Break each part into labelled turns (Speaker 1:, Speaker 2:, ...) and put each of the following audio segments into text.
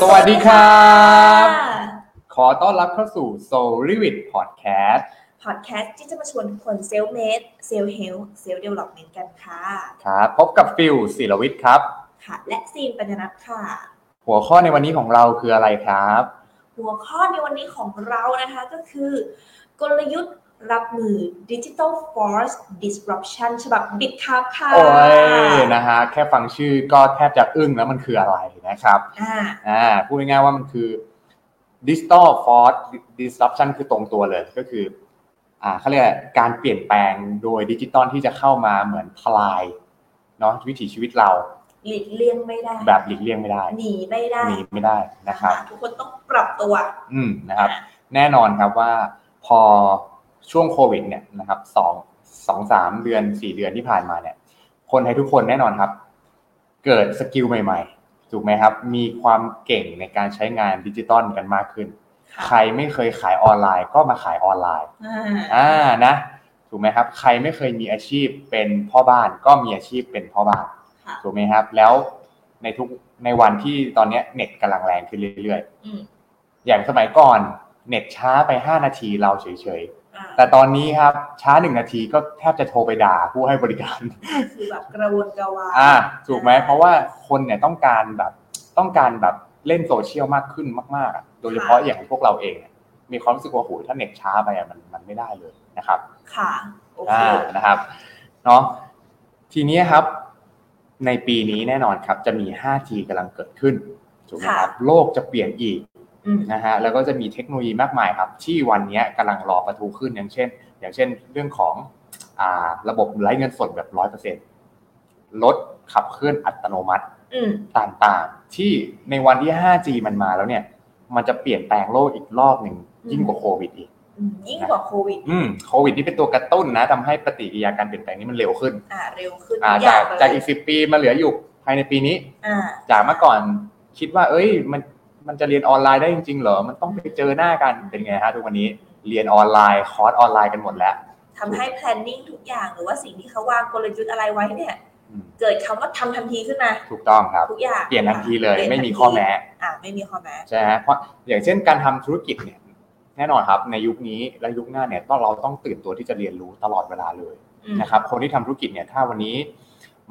Speaker 1: สวัสดีครับ ขอต้อนรับเข้าสู่ Soul r e v i t Podcast
Speaker 2: พอดแคสต์ที่จะมาชวนทุกคนเซลเมดเซลเฮลเซลเดเวล็อปเมนต์กันค่ะ
Speaker 1: ครับ พบกับฟิลศิลวิทย์ครับ
Speaker 2: ค่ะ และซีนปัญญนัทค่ะ
Speaker 1: หัวข้อในวันนี้ของเราคืออะไรครับ
Speaker 2: หัวข้อในวันนี้ของเรานะคะก็คือ กลยุทธ์รับมือ Digital Force Disruption ฉบับบิดครับค่ะ
Speaker 1: โอ้ยนะฮะ แค่ฟังชื่อก็แทบจะอึ้งแล้วมันคืออะไรนะครับ
Speaker 2: อ่า
Speaker 1: อ่า พูดง่ายๆว่ามันคือ Digital Force Disruption คือตรงตัวเลย ก็คือ อ่าเขาเรียกการเปลี่ยนแปลงโดยดิจิตอลที่จะเข้ามาเหมือนทลายเนาะวิถีชีวิตเรา
Speaker 2: หลีกเลี่ยงไม่ได้
Speaker 1: แบบหลีกเลี่ยงไม่ได้
Speaker 2: หนีไม่ได้
Speaker 1: หนีไม่ได้นะครับ
Speaker 2: ทุกคนต้องปรับตัว
Speaker 1: อืมนะครับ แน่นอนครับว่าพอช่วงโควิดเนี่ยนะครับสองสองสามเดือนสี่เดือนที่ผ่านมาเนี่ย คนไทยทุกคนแน่นอนครับ เกิดสกิลใหม่ๆ ถูกไหมครับ มีความเก่งในการใช้งานดิจิตอลกันมากขึ้น
Speaker 2: ค่ะ
Speaker 1: ใครไม่เคยขายออนไลน์ก็มาขายออนไลน์
Speaker 2: อ่า
Speaker 1: อ่านะ ถูกไหมครับ ใครไม่เคยมีอาชีพเป็นพ่อบ้านก็มีอาชีพเป็นพ่อบ้าน
Speaker 2: ค่ะ
Speaker 1: ถูกไหมครับ แล้วในทุกในวันที่ตอนเนี้ยเน็ตกำลังแรงขึ้นเรื่อย
Speaker 2: อืม
Speaker 1: ๆ อย่างสมัยก่อนเน็ตช้าไป 5 นาทีเราเฉย
Speaker 2: อ่า
Speaker 1: ๆ แต่ตอนนี้ครับช้าหนึ่งนาทีก็แทบจะโทรไปด่าผู้ให้บริการ
Speaker 2: คือแบบกระวนกระวาย
Speaker 1: อ่าถูกไหมเพราะว่าคนเนี่ยต้องการแบบต้องการแบบเล่นโซเชียลมากขึ้นมากๆอะโดยเฉพาะอย่างพวกเราเองเนี่ยมีความรู้สึกว่าโหถ้าเน็ตช้าไปอะมันมันไม่ได้เลยนะครับ
Speaker 2: ค่ะ โอเค
Speaker 1: อ่านะครับเนาะทีนี้ครับ ในปีนี้แน่นอนครับ จะมี 5G กำลังเกิดขึ้นถูกไหมครับ โลกจะเปลี่ยนอีก
Speaker 2: อืม
Speaker 1: นะฮะแล้วก็จะมีเทคโนโลยีมากมายครับ ที่วันเนี้ยกำลังรอประตูขึ้นอย่างเช่น อย่างเช่นเรื่องของอ่าระบบไร้เงินสดแบบร้อยเปอร์เซ็นรถขับเคลื่อนอัตโนมัติ
Speaker 2: อืม
Speaker 1: ต่างๆ ที่ในวันที่ 5G มันมาแล้วเนี่ย มันจะเปลี่ยนแปลงโลกอีกรอบหนึ่งยิ่งกว่าโควิดอีก
Speaker 2: อืมยิ่งกว่าโควิด
Speaker 1: อืมโควิดนี่เป็นตัวกระตุ้นนะทำให้ปฏิกิริยาการเปลี่ยนแปลงนี้มันเร็วขึ้น
Speaker 2: อ่า เร็วขึ้น
Speaker 1: อ่า
Speaker 2: ทุ
Speaker 1: จาก
Speaker 2: ย่งเลย
Speaker 1: จากอีกสิบปีมาเหลืออยู่ภายในปีนี้
Speaker 2: อ่า
Speaker 1: จากเมื่อก่อนคิดว่า เอ้ย มันมันจะเรียนออนไลน์ได้จริงๆเหรอ มันต้องไปเจอหน้ากันเป็นไงฮะทุกวันนี้เรียนออนไลน์คอร์สออนไลน์กันหมดแล้ว
Speaker 2: ทำให้ planning ทุกอย่างหรือว่าสิ่งที่เขาวางกลยุทธ์อะไรไว้เนี่ย
Speaker 1: อืม
Speaker 2: เกิดคำว่าทำทันทีขึ้นมา
Speaker 1: ถูกต้องครับ
Speaker 2: ทุกอย่าง
Speaker 1: เปลี่ยนทันทีเลย
Speaker 2: ปน
Speaker 1: ไม่มี
Speaker 2: ทันที
Speaker 1: ข้อแม้
Speaker 2: อ่า ไม่มีข้อแม้
Speaker 1: ใช่ไหมเพราะอย่างเช่นการทำธุรกิจเนี่ยแน่นอนครับ ในยุคนี้และยุคหน้าเนี่ยต้องเราต้องตื่นตัวที่จะเรียนรู้ตลอดเวลาเลย
Speaker 2: อืม
Speaker 1: นะครับคนที่ทำธุรกิจเนี่ยถ้าวันนี้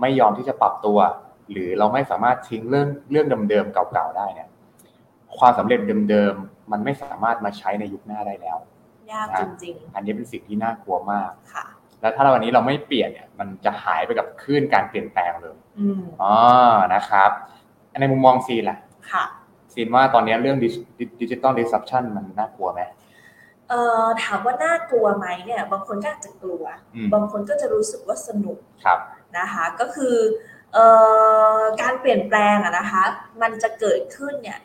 Speaker 1: ไม่ยอมที่จะปรับตัว หรือเราไม่สามารถทิ้งเรื่องเรื่องเดิมๆเก่าๆได้เนี่ยความสำเร็จเดิมๆมันไม่สามารถมาใช้ในยุคหน้าได้แล้ว
Speaker 2: ยาก
Speaker 1: นะ
Speaker 2: จริง
Speaker 1: อันนี้เป็นสิ่งที่น่ากลัวมาก
Speaker 2: ๆ ค่ะ
Speaker 1: แล้วถ้าเราวันนี้เราไม่เปลี่ยนเนี่ยมันจะหายไปกับคลื่นการเปลี่ยนแปลงเลย
Speaker 2: อืม
Speaker 1: อ๋อนะครับในมุมมองซีนล่ะ
Speaker 2: ค่ะ
Speaker 1: ซีนว่าตอนนี้เรื่องดิจิตอลดิสซับชันมันน่ากลัวไหม
Speaker 2: เอ่อ ถามว่าน่ากลัวไหมเนี่ย บางคนก็อาจจะกลัว
Speaker 1: อืม
Speaker 2: บางคนก็จะรู้สึกว่าสนุก
Speaker 1: ครับ
Speaker 2: นะคะก็คือเออการเปลี่ยนแปลงอะนะคะมันจะเกิดขึ้นเนี่ย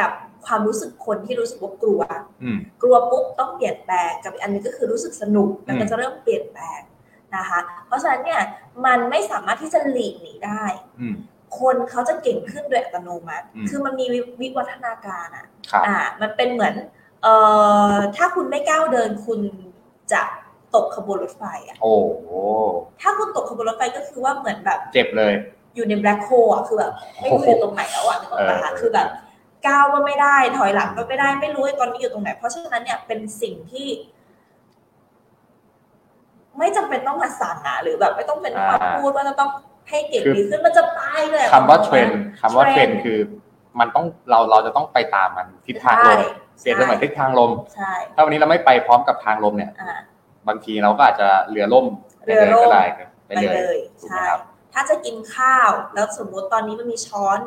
Speaker 2: กับความรู้สึกคนที่รู้สึกว่ากลัว
Speaker 1: อืม
Speaker 2: กลัวปุ๊บต้องเปลี่ยนแปลงกับอีกอันหนึงก็คือรู้สึกสนุก
Speaker 1: อืม
Speaker 2: แล้วก็จะเริ่มเปลี่ยนแปลงนะคะเพราะฉะนั้นเนี่ยมันไม่สามารถที่จะหลีกหนีได้
Speaker 1: อืม
Speaker 2: คนเขาจะเก่งขึ้นโดยอัตโนมัติ
Speaker 1: อืม
Speaker 2: คือมันมีวิวัฒนาการอะ
Speaker 1: ครับ
Speaker 2: อ่ามันเป็นเหมือนเออถ้าคุณไม่ก้าวเดินคุณจะตกขบวนรถไฟอะ
Speaker 1: โอ้โห
Speaker 2: ถ้าคุณตกขบวนรถไฟก็คือว่าเหมือนแบบ
Speaker 1: เจ็บเลย
Speaker 2: อยู่ในแบล็คโฮอ่ะคือแบบไม่รู้อยู่ตรงไหนแล้วอ่ะนึกออกปะคะ
Speaker 1: เออ
Speaker 2: คือแบบก้าวก็ไม่ได้ ถอยหลังก็ไม่ได้ไม่รู้ว่าตอนนี้อยู่ตรงไหน เพราะฉะนั้นเนี่ยเป็นสิ่งที่ ไม่จำเป็นต้องมาสานนะหรือแบบไม่ต้องเป็นความพูดว่าจะต้องให้เก่งดีขึ้นมันจะไปเลยอะ
Speaker 1: คำว่าเทรนด์คำว่าเทรน
Speaker 2: ด์
Speaker 1: ด์คือ มันต้องเราเราจะต้องไปตามมันทิศทางลมเปรียบเสมือนทิศทางลม
Speaker 2: ใช่
Speaker 1: ถ้าวันนี้เราไม่ไปพร้อมกับทางลมเนี่ย
Speaker 2: อ่า
Speaker 1: บางทีเราก็อาจจะเรือล่มไป
Speaker 2: เรือล่ม
Speaker 1: ก็ได้ไป
Speaker 2: ไป
Speaker 1: เล
Speaker 2: เลย ย
Speaker 1: ถูกไหม
Speaker 2: ใช่
Speaker 1: ครับ
Speaker 2: ถ้าจะกินข้าวแล้วสมมติตอนนี้มันมีช้อน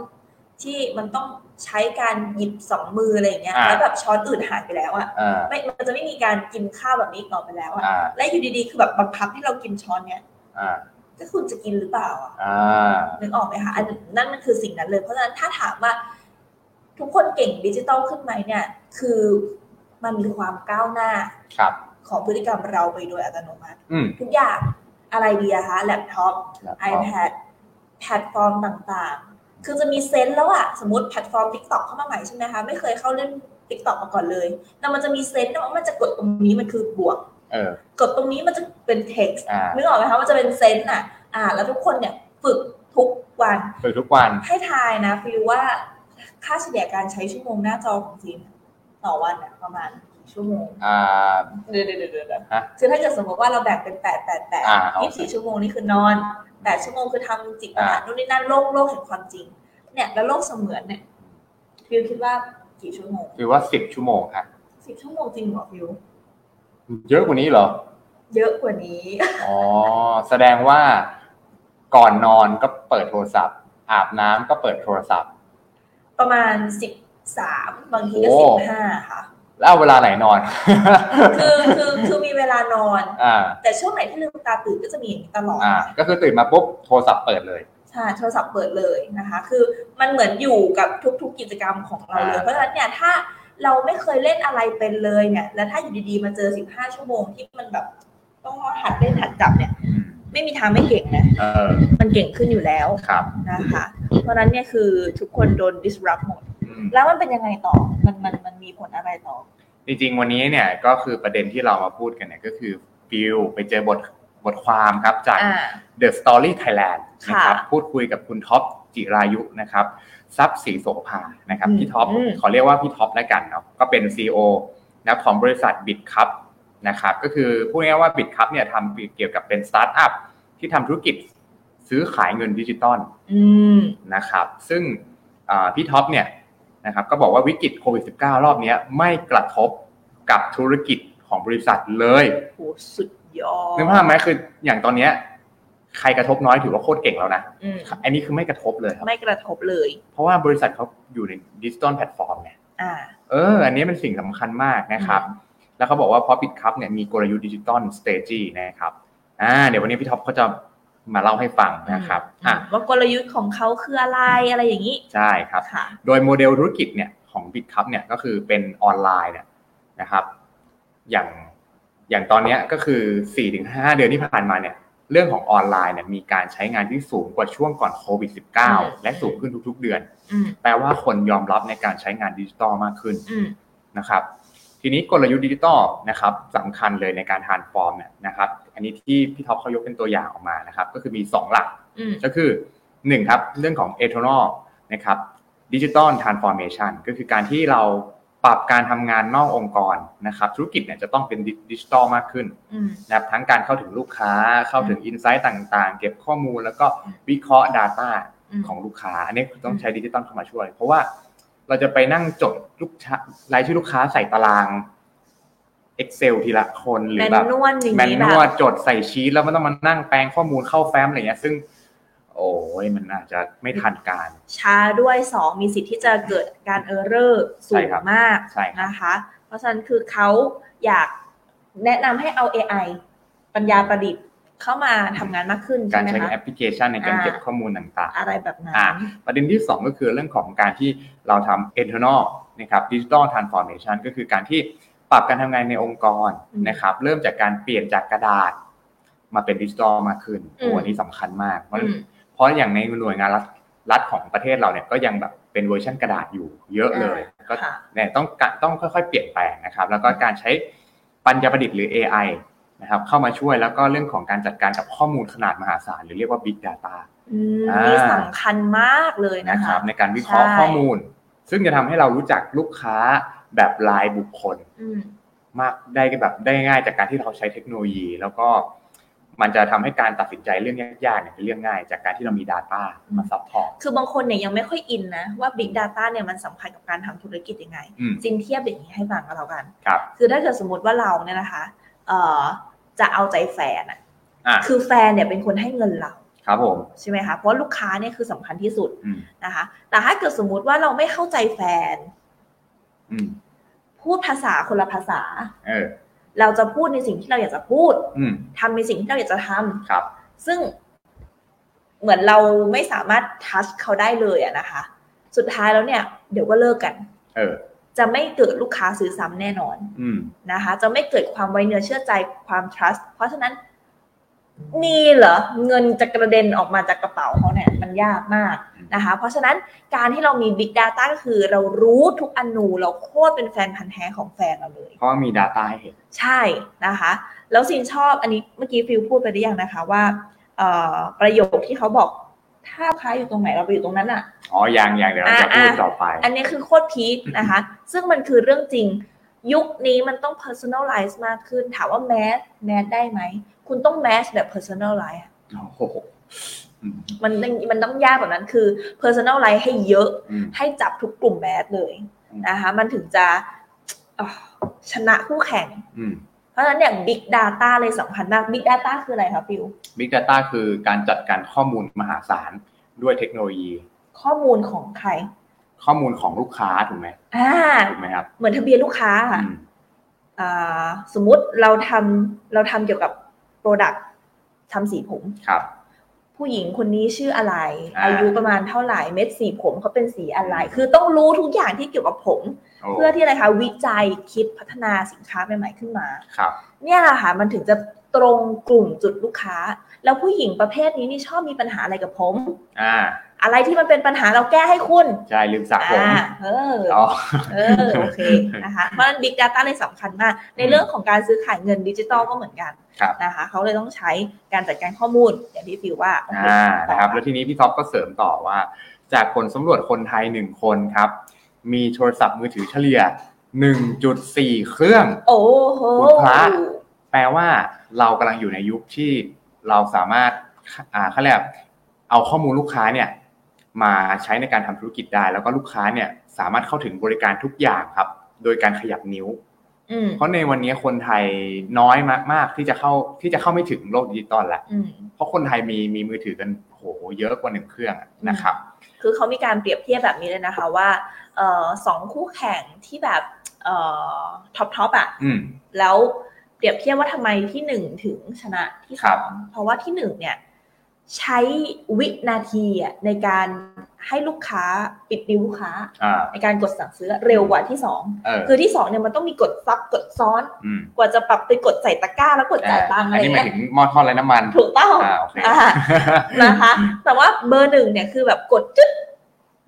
Speaker 2: ที่มันต้องใช้การหยิบสองมืออะไรอย่างเงี้ยแล้วแบบช้อนอื่นหายไปแล้วอ่ะ
Speaker 1: อ่า
Speaker 2: ไม่มันจะไม่มีการกินข้าวแบบนี้อีกต่อไปแล้วอะ
Speaker 1: อ่า
Speaker 2: และอยู่ดีๆ คือแบบบังคับให้เรากินช้อนเนี้ย
Speaker 1: อ่า
Speaker 2: ก็คุณจะกินหรือเปล่าอะ
Speaker 1: อ่า
Speaker 2: นึกออกไหมคะอันนั่นมันคือสิ่งนั้นเลย เพราะฉะนั้นถ้าถามว่า ทุกคนเก่งดิจิตอลขึ้นไหมเนี่ย คือมันมีความก้าวหน้า
Speaker 1: ครับ
Speaker 2: ของพฤติกรรมเราไปโดยอัตโนมัติ
Speaker 1: อืม
Speaker 2: ทุกอย่างอะไรดีอะคะแล็ปท็อป
Speaker 1: แล้วก็
Speaker 2: iPad แพลตฟอร์มต่างๆ คือจะมีเซนส์แล้วอะสมมติแพลตฟอร์ม TikTok เข้ามาใหม่ใช่ไหมคะ ไม่เคยเข้าเล่น TikTok มาก่อนเลยแต่มันจะมีเซนส์นะว่ามันจะกดตรงนี้มันคือบวก
Speaker 1: เออก
Speaker 2: ดตรงนี้มันจะเป็น text
Speaker 1: อ่า
Speaker 2: นึกออกไหมคะมันจะเป็นเซนส์อ่ะ อ่า แล้วทุกคนเนี่ยฝึกทุกวัน
Speaker 1: ฝึกทุกวัน
Speaker 2: ให้ทายนะฟิวว่า ค่าเฉลี่ยการใช้ชั่วโมงหน้าจอของจีนต่อวันอะประมาณกี่ชั่วโมง
Speaker 1: อ่า
Speaker 2: เดี๋ยวเดี๋ยวเดี๋ยวเดี๋ยว
Speaker 1: ฮะ
Speaker 2: คือถ้าเกิดสมมติว่าเราแบ่งเป็นแปดแปดแปด
Speaker 1: อ่าโอ
Speaker 2: ยี่สิบ
Speaker 1: เค
Speaker 2: สี่ชั่วโมงนี่คือนอนแปดชั่วโมงคือทำจิตอา
Speaker 1: อ่า
Speaker 2: หารนู่นนี่นั่นโลกโลกแห่งความจริง เนี่ยแล้วโลกเสมือนเนี่ยฟิวคิดว่ากี่ชั่วโมง
Speaker 1: คือว่าสิบชั่วโมงฮะ
Speaker 2: สิบชั่วโมงจริงเหรอฟิว
Speaker 1: เยอะกว่านี้เหรอ
Speaker 2: เยอะกว่านี้
Speaker 1: อ๋อ แสดงว่าก่อนนอนก็เปิดโทรศัพท์ อาบน้ำก็เปิดโทรศัพท์
Speaker 2: ประมาณสิบสามบางทีก็
Speaker 1: โอ้
Speaker 2: สิบห้าค่ะ
Speaker 1: แล้วเอาเวลาไหนนอน
Speaker 2: คือคือคือมีเวลานอน
Speaker 1: อ่า
Speaker 2: แต่ช่วงไหนที่ลืมตาตื่นก็จะมีอย่างนี้ตลอด
Speaker 1: อ่า ก็คือตื่นมาปุ๊บโทรศัพท์เปิดเลย
Speaker 2: ใช่โทรศัพท์เปิดเลยนะคะ คือมันเหมือนอยู่กับทุก ๆ กิจกรรมของเราเลย
Speaker 1: อ่า
Speaker 2: เพราะฉะนั้นเนี่ยถ้าเราไม่เคยเล่นอะไรเป็นเลยเนี่ย แล้วถ้าอยู่ดีๆมาเจอ 15 ชั่วโมงที่มันแบบ ต้องหัดเล่นหัดจับเนี่ย
Speaker 1: อืม
Speaker 2: ไม่มีทางไม่เก่งนะ
Speaker 1: เออ
Speaker 2: มันเก่งขึ้นอยู่แล้ว
Speaker 1: ครับ
Speaker 2: นะคะ เพราะฉะนั้นเนี่ยคือทุกคนโดน disrupt หมด
Speaker 1: อืม
Speaker 2: แล้วมันเป็นยังไงต่อ มันมันมันมีผลอะไรต่อ
Speaker 1: จริงๆ วันนี้เนี่ยก็คือประเด็นที่เรามาพูดกันเนี่ยก็คือฟิลไปเจอบทบทความครับจาก
Speaker 2: อ่า
Speaker 1: The Story Thailand
Speaker 2: ค่ะ
Speaker 1: นะครับ พูดคุยกับคุณท็อปจิรายุนะครับทรัพย์ศรีโสภานะครับ
Speaker 2: อืม
Speaker 1: พี่ท็อป
Speaker 2: อืม
Speaker 1: ขอเรียกว่าพี่ท็อปแล้วกันเนาะก็เป็น CEO นะครับของบริษัท b i t c u p นะครับก็คือพูดง่ายๆว่า b i t c u p เนี่ยทำเกี่ยวกับเป็นสตาร์ทอัพที่ทำธุรกิจซื้อขายเงินดิจิตอล
Speaker 2: อืม
Speaker 1: นะครับซึ่งอ่าพี่ท็อปเนี่ยนะครับก็บอกว่าวิกฤตโควิด -19 รอบเนี้ยไม่กระทบกับธุรกิจของบริษัทเลย
Speaker 2: โหสุดยอด
Speaker 1: นึกภาพไหมคืออย่างตอนเนี้ยใครกระทบน้อยถือว่าโคตรเก่งแล้วนะ
Speaker 2: อืม
Speaker 1: อันนี้คือไม่กระทบเลยครับ
Speaker 2: ไม่กระทบเลย
Speaker 1: เพราะว่าบริษัทเขาอยู่ในดิจิตอลแพลตฟอร์มเนี่ย
Speaker 2: อ่า
Speaker 1: เอออันนี้เป็นสิ่งสำคัญมากนะครับ แล้วเขาบอกว่าพอปิดคัพเนี่ยมีกลยุทธ์ดิจิตอลสเตจีนะครับอ่าเดี๋ยววันนี้พี่ท็อปเขาจะมาเล่าให้ฟังนะครับ
Speaker 2: อื
Speaker 1: อ่ะ
Speaker 2: มว่ากลยุทธ์ของเขาคืออะไรอะไรอย่างนี้
Speaker 1: ใช่ครับ
Speaker 2: ค่ะ
Speaker 1: โดยโมเดลธุรกิจเนี่ยของ b i t c u p เนี่ยก็คือเป็นออนไลน์เนี่ยนะครับ อย่างอย่างตอนเนี้ยก็คือ 4-5 เดือนที่ผ่านมาเนี่ยเรื่องของออนไลน์เนี่ยมีการใช้งานที่สูงกว่าช่วงก่อนโควิด
Speaker 2: ม
Speaker 1: -19 และสูงขึ้นทุกๆ เดือน
Speaker 2: อืม
Speaker 1: แปลว่าคนยอมรับในการใช้งานดิจิตอลมากขึ้น
Speaker 2: อืม
Speaker 1: นะครับ ทีนี้กลยุทธ์ดิจิตอลนะครับสำคัญเลยในการทานฟอร์มเนี่ยนะครับ อันนี้ที่พี่ท็อปเขายกเป็นตัวอย่างออกมานะครับ ก็คือมี 2 หลัก
Speaker 2: อืม
Speaker 1: ก็คือหนึ่งครับเรื่องของ eternal นะครับดิจิตอลทรานส์ฟอร์เมชันก็คือการที่เราปรับการทำงานนอกองค์กรนะครับธุรกิจเนี่ยจะต้องเป็นดิจิตอลมากขึ้น
Speaker 2: อืม
Speaker 1: นะครับทั้งการเข้าถึงลูกค้าเข้าถึงอินไซต์ต่างๆ เก็บข้อมูลแล้วก็วิเคราะห์ Data
Speaker 2: อืม
Speaker 1: ของลูกค้า อันนี้ต้องใช้ดิจิตอลเข้ามาช่วย เพราะว่าเราจะไปนั่งจดลูกค้ารายชื่อลูกค้าใส่ตาราง Excel ทีละคนหรือแบบ
Speaker 2: แมนนวลอย่างนี้
Speaker 1: แมนน
Speaker 2: แบบ
Speaker 1: วลจดใส่ชีตแล้วมันต้องมานั่งแปลงข้อมูลเข้าแฟ้มอะไรเงี้ย ซึ่ง โอ้ยมันอาจจะไม่ทันการ
Speaker 2: ช้าด้วยสองมีสิทธิ์ที่จะเกิดการเออร์เรอร์สู
Speaker 1: ใช่
Speaker 2: ง
Speaker 1: ครับ
Speaker 2: มาก
Speaker 1: ใช่ครับ
Speaker 2: นะคะ เพราะฉะนั้นคือเขาอยากแนะนำให้เอา AI ปัญญาประดิษฐ์เข้ามาทำงานมากขึ้น
Speaker 1: การ
Speaker 2: ใช่ไหม
Speaker 1: ใช้
Speaker 2: คะ
Speaker 1: แอปพลิเคชันในการเก็บข้อมูลต่าง
Speaker 2: อะไรแบบนั้น
Speaker 1: อ่ะ ๆ ประเด็นที่ 2 ก็คือเรื่องของการที่เราทำ internal นะครับ digital transformation ก็คือการที่ปรับการทำงานในองค์กรนะครับ เริ่มจากการเปลี่ยนจากกระดาษ มาเป็นดิจิทัลมากขึ้นโอ้อันนี้สำคัญมาก เพราะ
Speaker 2: อืม
Speaker 1: เพราะอย่างในหน่วยงานรัฐรัฐของประเทศเราเนี่ยก็ยังแบบเป็นเวอร์ชันกระดาษอยู่เยอะเลย
Speaker 2: อ่า
Speaker 1: ก็
Speaker 2: ค่ะ
Speaker 1: เนี่ยต้องกะต้องค่อยๆเปลี่ยนแปลงนะครับ แล้วก็การใช้ปัญญาประดิษฐ์หรือ AI นะครับเข้ามาช่วยแล้วก็เรื่องของการจัดการกับข้อมูลขนาดมหาศาลหรือเรียกว่า Big Data
Speaker 2: อืม
Speaker 1: อ่านี่
Speaker 2: นี่สำคัญมากเลยนะ
Speaker 1: นะคะ ครับในการวิเคราะห์
Speaker 2: ใช่
Speaker 1: ข้อมูล ซึ่งจะทำให้เรารู้จักลูกค้าแบบรายบุคคล
Speaker 2: อืม
Speaker 1: มากได้แบบได้ง่ายจากการที่เราใช้เทคโนโลยี แล้วก็มันจะทำให้การตัดสินใจเรื่องยากๆเนี่ยเป็นเรื่องง่าย จากการที่เรามี Data มาซัพพอร์ต
Speaker 2: คือบางคนเนี่ยยังไม่ค่อยอินนะ ว่า Big Data เนี่ยมันสำคัญกับการทำธุรกิจยังไง
Speaker 1: อืม
Speaker 2: จินเทียบอย่างนี้ให้ฟังกันแล้วกัน
Speaker 1: ครับ
Speaker 2: คือถ้าเกิดสมมติว่าเราเนี่ยนะคะเอ่อจะเอาใจแฟนอะ
Speaker 1: อ่ะ
Speaker 2: คือแฟนเนี่ยเป็นคนให้เงินเรา
Speaker 1: ครับผม
Speaker 2: ใช่ไหมคะ เพราะลูกค้าเนี่ยคือสำคัญที่สุด
Speaker 1: อืม
Speaker 2: นะคะ แต่ถ้าเกิดสมมุติว่าเราไม่เข้าใจแฟน
Speaker 1: อืม
Speaker 2: พูดภาษาคนละภาษา
Speaker 1: เออ
Speaker 2: เราจะพูดในสิ่งที่เราอยากจะพูด
Speaker 1: อืม
Speaker 2: ทำในสิ่งที่เราอยากจะทำ
Speaker 1: ครับ
Speaker 2: ซึ่งเหมือนเราไม่สามารถทัชเขาได้เลยอะนะคะ สุดท้ายแล้วเนี่ยเดี๋ยวก็เลิกกัน
Speaker 1: เออ
Speaker 2: จะไม่เกิดลูกค้าซื้อซ้ำแน่นอน
Speaker 1: อืม
Speaker 2: นะคะ จะไม่เกิดความไว้เนื้อเชื่อใจความ trust เพราะฉะนั้นนี่เหรอเงินจะกระเด็นออกมาจากกระเป๋าเขาเนี่ยมันยากมากนะคะ เพราะฉะนั้นการที่เรามี Big Data ก็คือเรารู้ทุกอนูเราโคตรเป็นแฟนพันธ์แท้ของแฟนเราเลย
Speaker 1: เพราะว่ามี Data ให้เห็น
Speaker 2: ใช่นะคะ แล้วสินชอบอันนี้เมื่อกี้ฟิลพูดไปหรือยังนะคะว่าเอ่อประโยคที่เขาบอก ถ้าลูกค้าอยู่ตรงไหนเราไปอยู่ตรงนั้นอ่ะ
Speaker 1: อ๋อยังยังเดี๋ยวเราจะพูดต่อไป
Speaker 2: อันนี้คือโคตรพีคนะคะ ซึ่งมันคือเรื่องจริง ยุคนี้มันต้อง personalize มากขึ้น ถามว่าแมสแมสได้ไหม คุณต้องแมสแบบ personalize อะ
Speaker 1: โอ้โหอืม
Speaker 2: มันต้องมันต้องยากกว่านั้นคือ personalize ให้เยอะ
Speaker 1: อืม
Speaker 2: ให้จับทุกกลุ่มแมสเลยนะคะ มันถึงจะอ่ะชนะคู่แข่ง
Speaker 1: อืม
Speaker 2: เพราะฉะนั้นอย่าง Big Data เลยสำคัญมาก Big Data คืออะไรคะฟิว
Speaker 1: Big Data คือการจัดการข้อมูลมหาศาลด้วยเทคโนโลยี
Speaker 2: ข้อมูลของใคร
Speaker 1: ข้อมูลของลูกค้าถูกไหม
Speaker 2: อ่า
Speaker 1: ถูกไหมครับ
Speaker 2: เหมือนทะเบียนลูกค้าค่ะ
Speaker 1: อืม
Speaker 2: อ่าสมมุติเราทำเราทำเกี่ยวกับโปรดักทำสีผม
Speaker 1: ครับ
Speaker 2: ผู้หญิงคนนี้ชื่ออะไร
Speaker 1: อ่า
Speaker 2: อายุประมาณเท่าไหร่เม็ดสีผมเขาเป็นสีอะไร คือต้องรู้ทุกอย่างที่เกี่ยวกับผม
Speaker 1: โอ้
Speaker 2: เพื่อที่อะไรคะวิจัยคิดพัฒนาสินค้าใหม่ๆขึ้นมา
Speaker 1: ครับ
Speaker 2: เนี่ยแหละค่ะมันถึงจะตรงกลุ่มจุดลูกค้า แล้วผู้หญิงประเภทนี้นี่ชอบมีปัญหาอะไรกับผม
Speaker 1: อ่า
Speaker 2: อะไรที่มันเป็นปัญหาเราแก้ให้คุณ
Speaker 1: ใช่ลืมสระผม
Speaker 2: อ่าเออ
Speaker 1: อ๋อ
Speaker 2: เออโอเคนะคะเพราะฉะนั้น Big Data เลยสำคัญมาก ในเรื่องของการซื้อขายเงินดิจิตอลก็เหมือนกัน
Speaker 1: ครับ
Speaker 2: นะคะเขาเลยต้องใช้การจัดการข้อมูลอย่างที่ฟิวว่าโอเค
Speaker 1: อ่านะครับแล้วทีนี้พี่ท็อปก็เสริมต่อว่า จากผลสำรวจคนไทยหนึ่งคนครับ มีโทรศัพท์มือถือเฉลี่ย 1.4 เครื่อง
Speaker 2: โอ้โห
Speaker 1: คุณพระ แปลว่าเรากำลังอยู่ในยุคที่เราสามารถอ่าเขาเรียกเอาข้อมูลลูกค้าเนี่ยมาใช้ในการทำธุรกิจได้ แล้วก็ลูกค้าเนี่ยสามารถเข้าถึงบริการทุกอย่างครับ โดยการขยับนิ้ว
Speaker 2: อืม
Speaker 1: เพราะในวันนี้คนไทยน้อยมาก ๆ ที่จะเข้าที่จะเข้าไม่ถึงโลกดิจิตอลแล้ว
Speaker 2: อืม
Speaker 1: เพราะคนไทยมีมีมือถือกันโหเยอะกว่าหนึ่งเครื่องอะนะครับ
Speaker 2: คือเขามีการเปรียบเทียบแบบนี้เลยนะคะว่าเอ่อสองคู่แข่งที่แบบเอ่อท็อปท็อปอะ
Speaker 1: อืม
Speaker 2: แล้วเปรียบเทียบว่าทำไมที่หนึ่งถึงชนะที่ส
Speaker 1: ครั
Speaker 2: อบ งเพราะว่าที่หนึ่งเนี่ยใช้วินาทีอะในการให้ลูกค้าปิดดิวลูกค้า
Speaker 1: อ่า
Speaker 2: ในการกดสั่งซื้อเร็วกว่าที่สอง
Speaker 1: เออ
Speaker 2: คือที่สองเนี่ยมันต้องมีกดซับกดซ้อน
Speaker 1: อืม
Speaker 2: กว่าจะปรับไปกดใส่ตะกร้าแล้วกดจ่ายตังค์อะ
Speaker 1: อัน
Speaker 2: ไร
Speaker 1: นี้หมาย
Speaker 2: เงี้ย
Speaker 1: ถึงหม้อทอดไร้น้ำมัน
Speaker 2: ถูกต้อง
Speaker 1: อ่าโอเค
Speaker 2: อ่านะคะ แต่ว่าเบอร์หนึ่งเนี่ยคือแบบกดจึ๊ด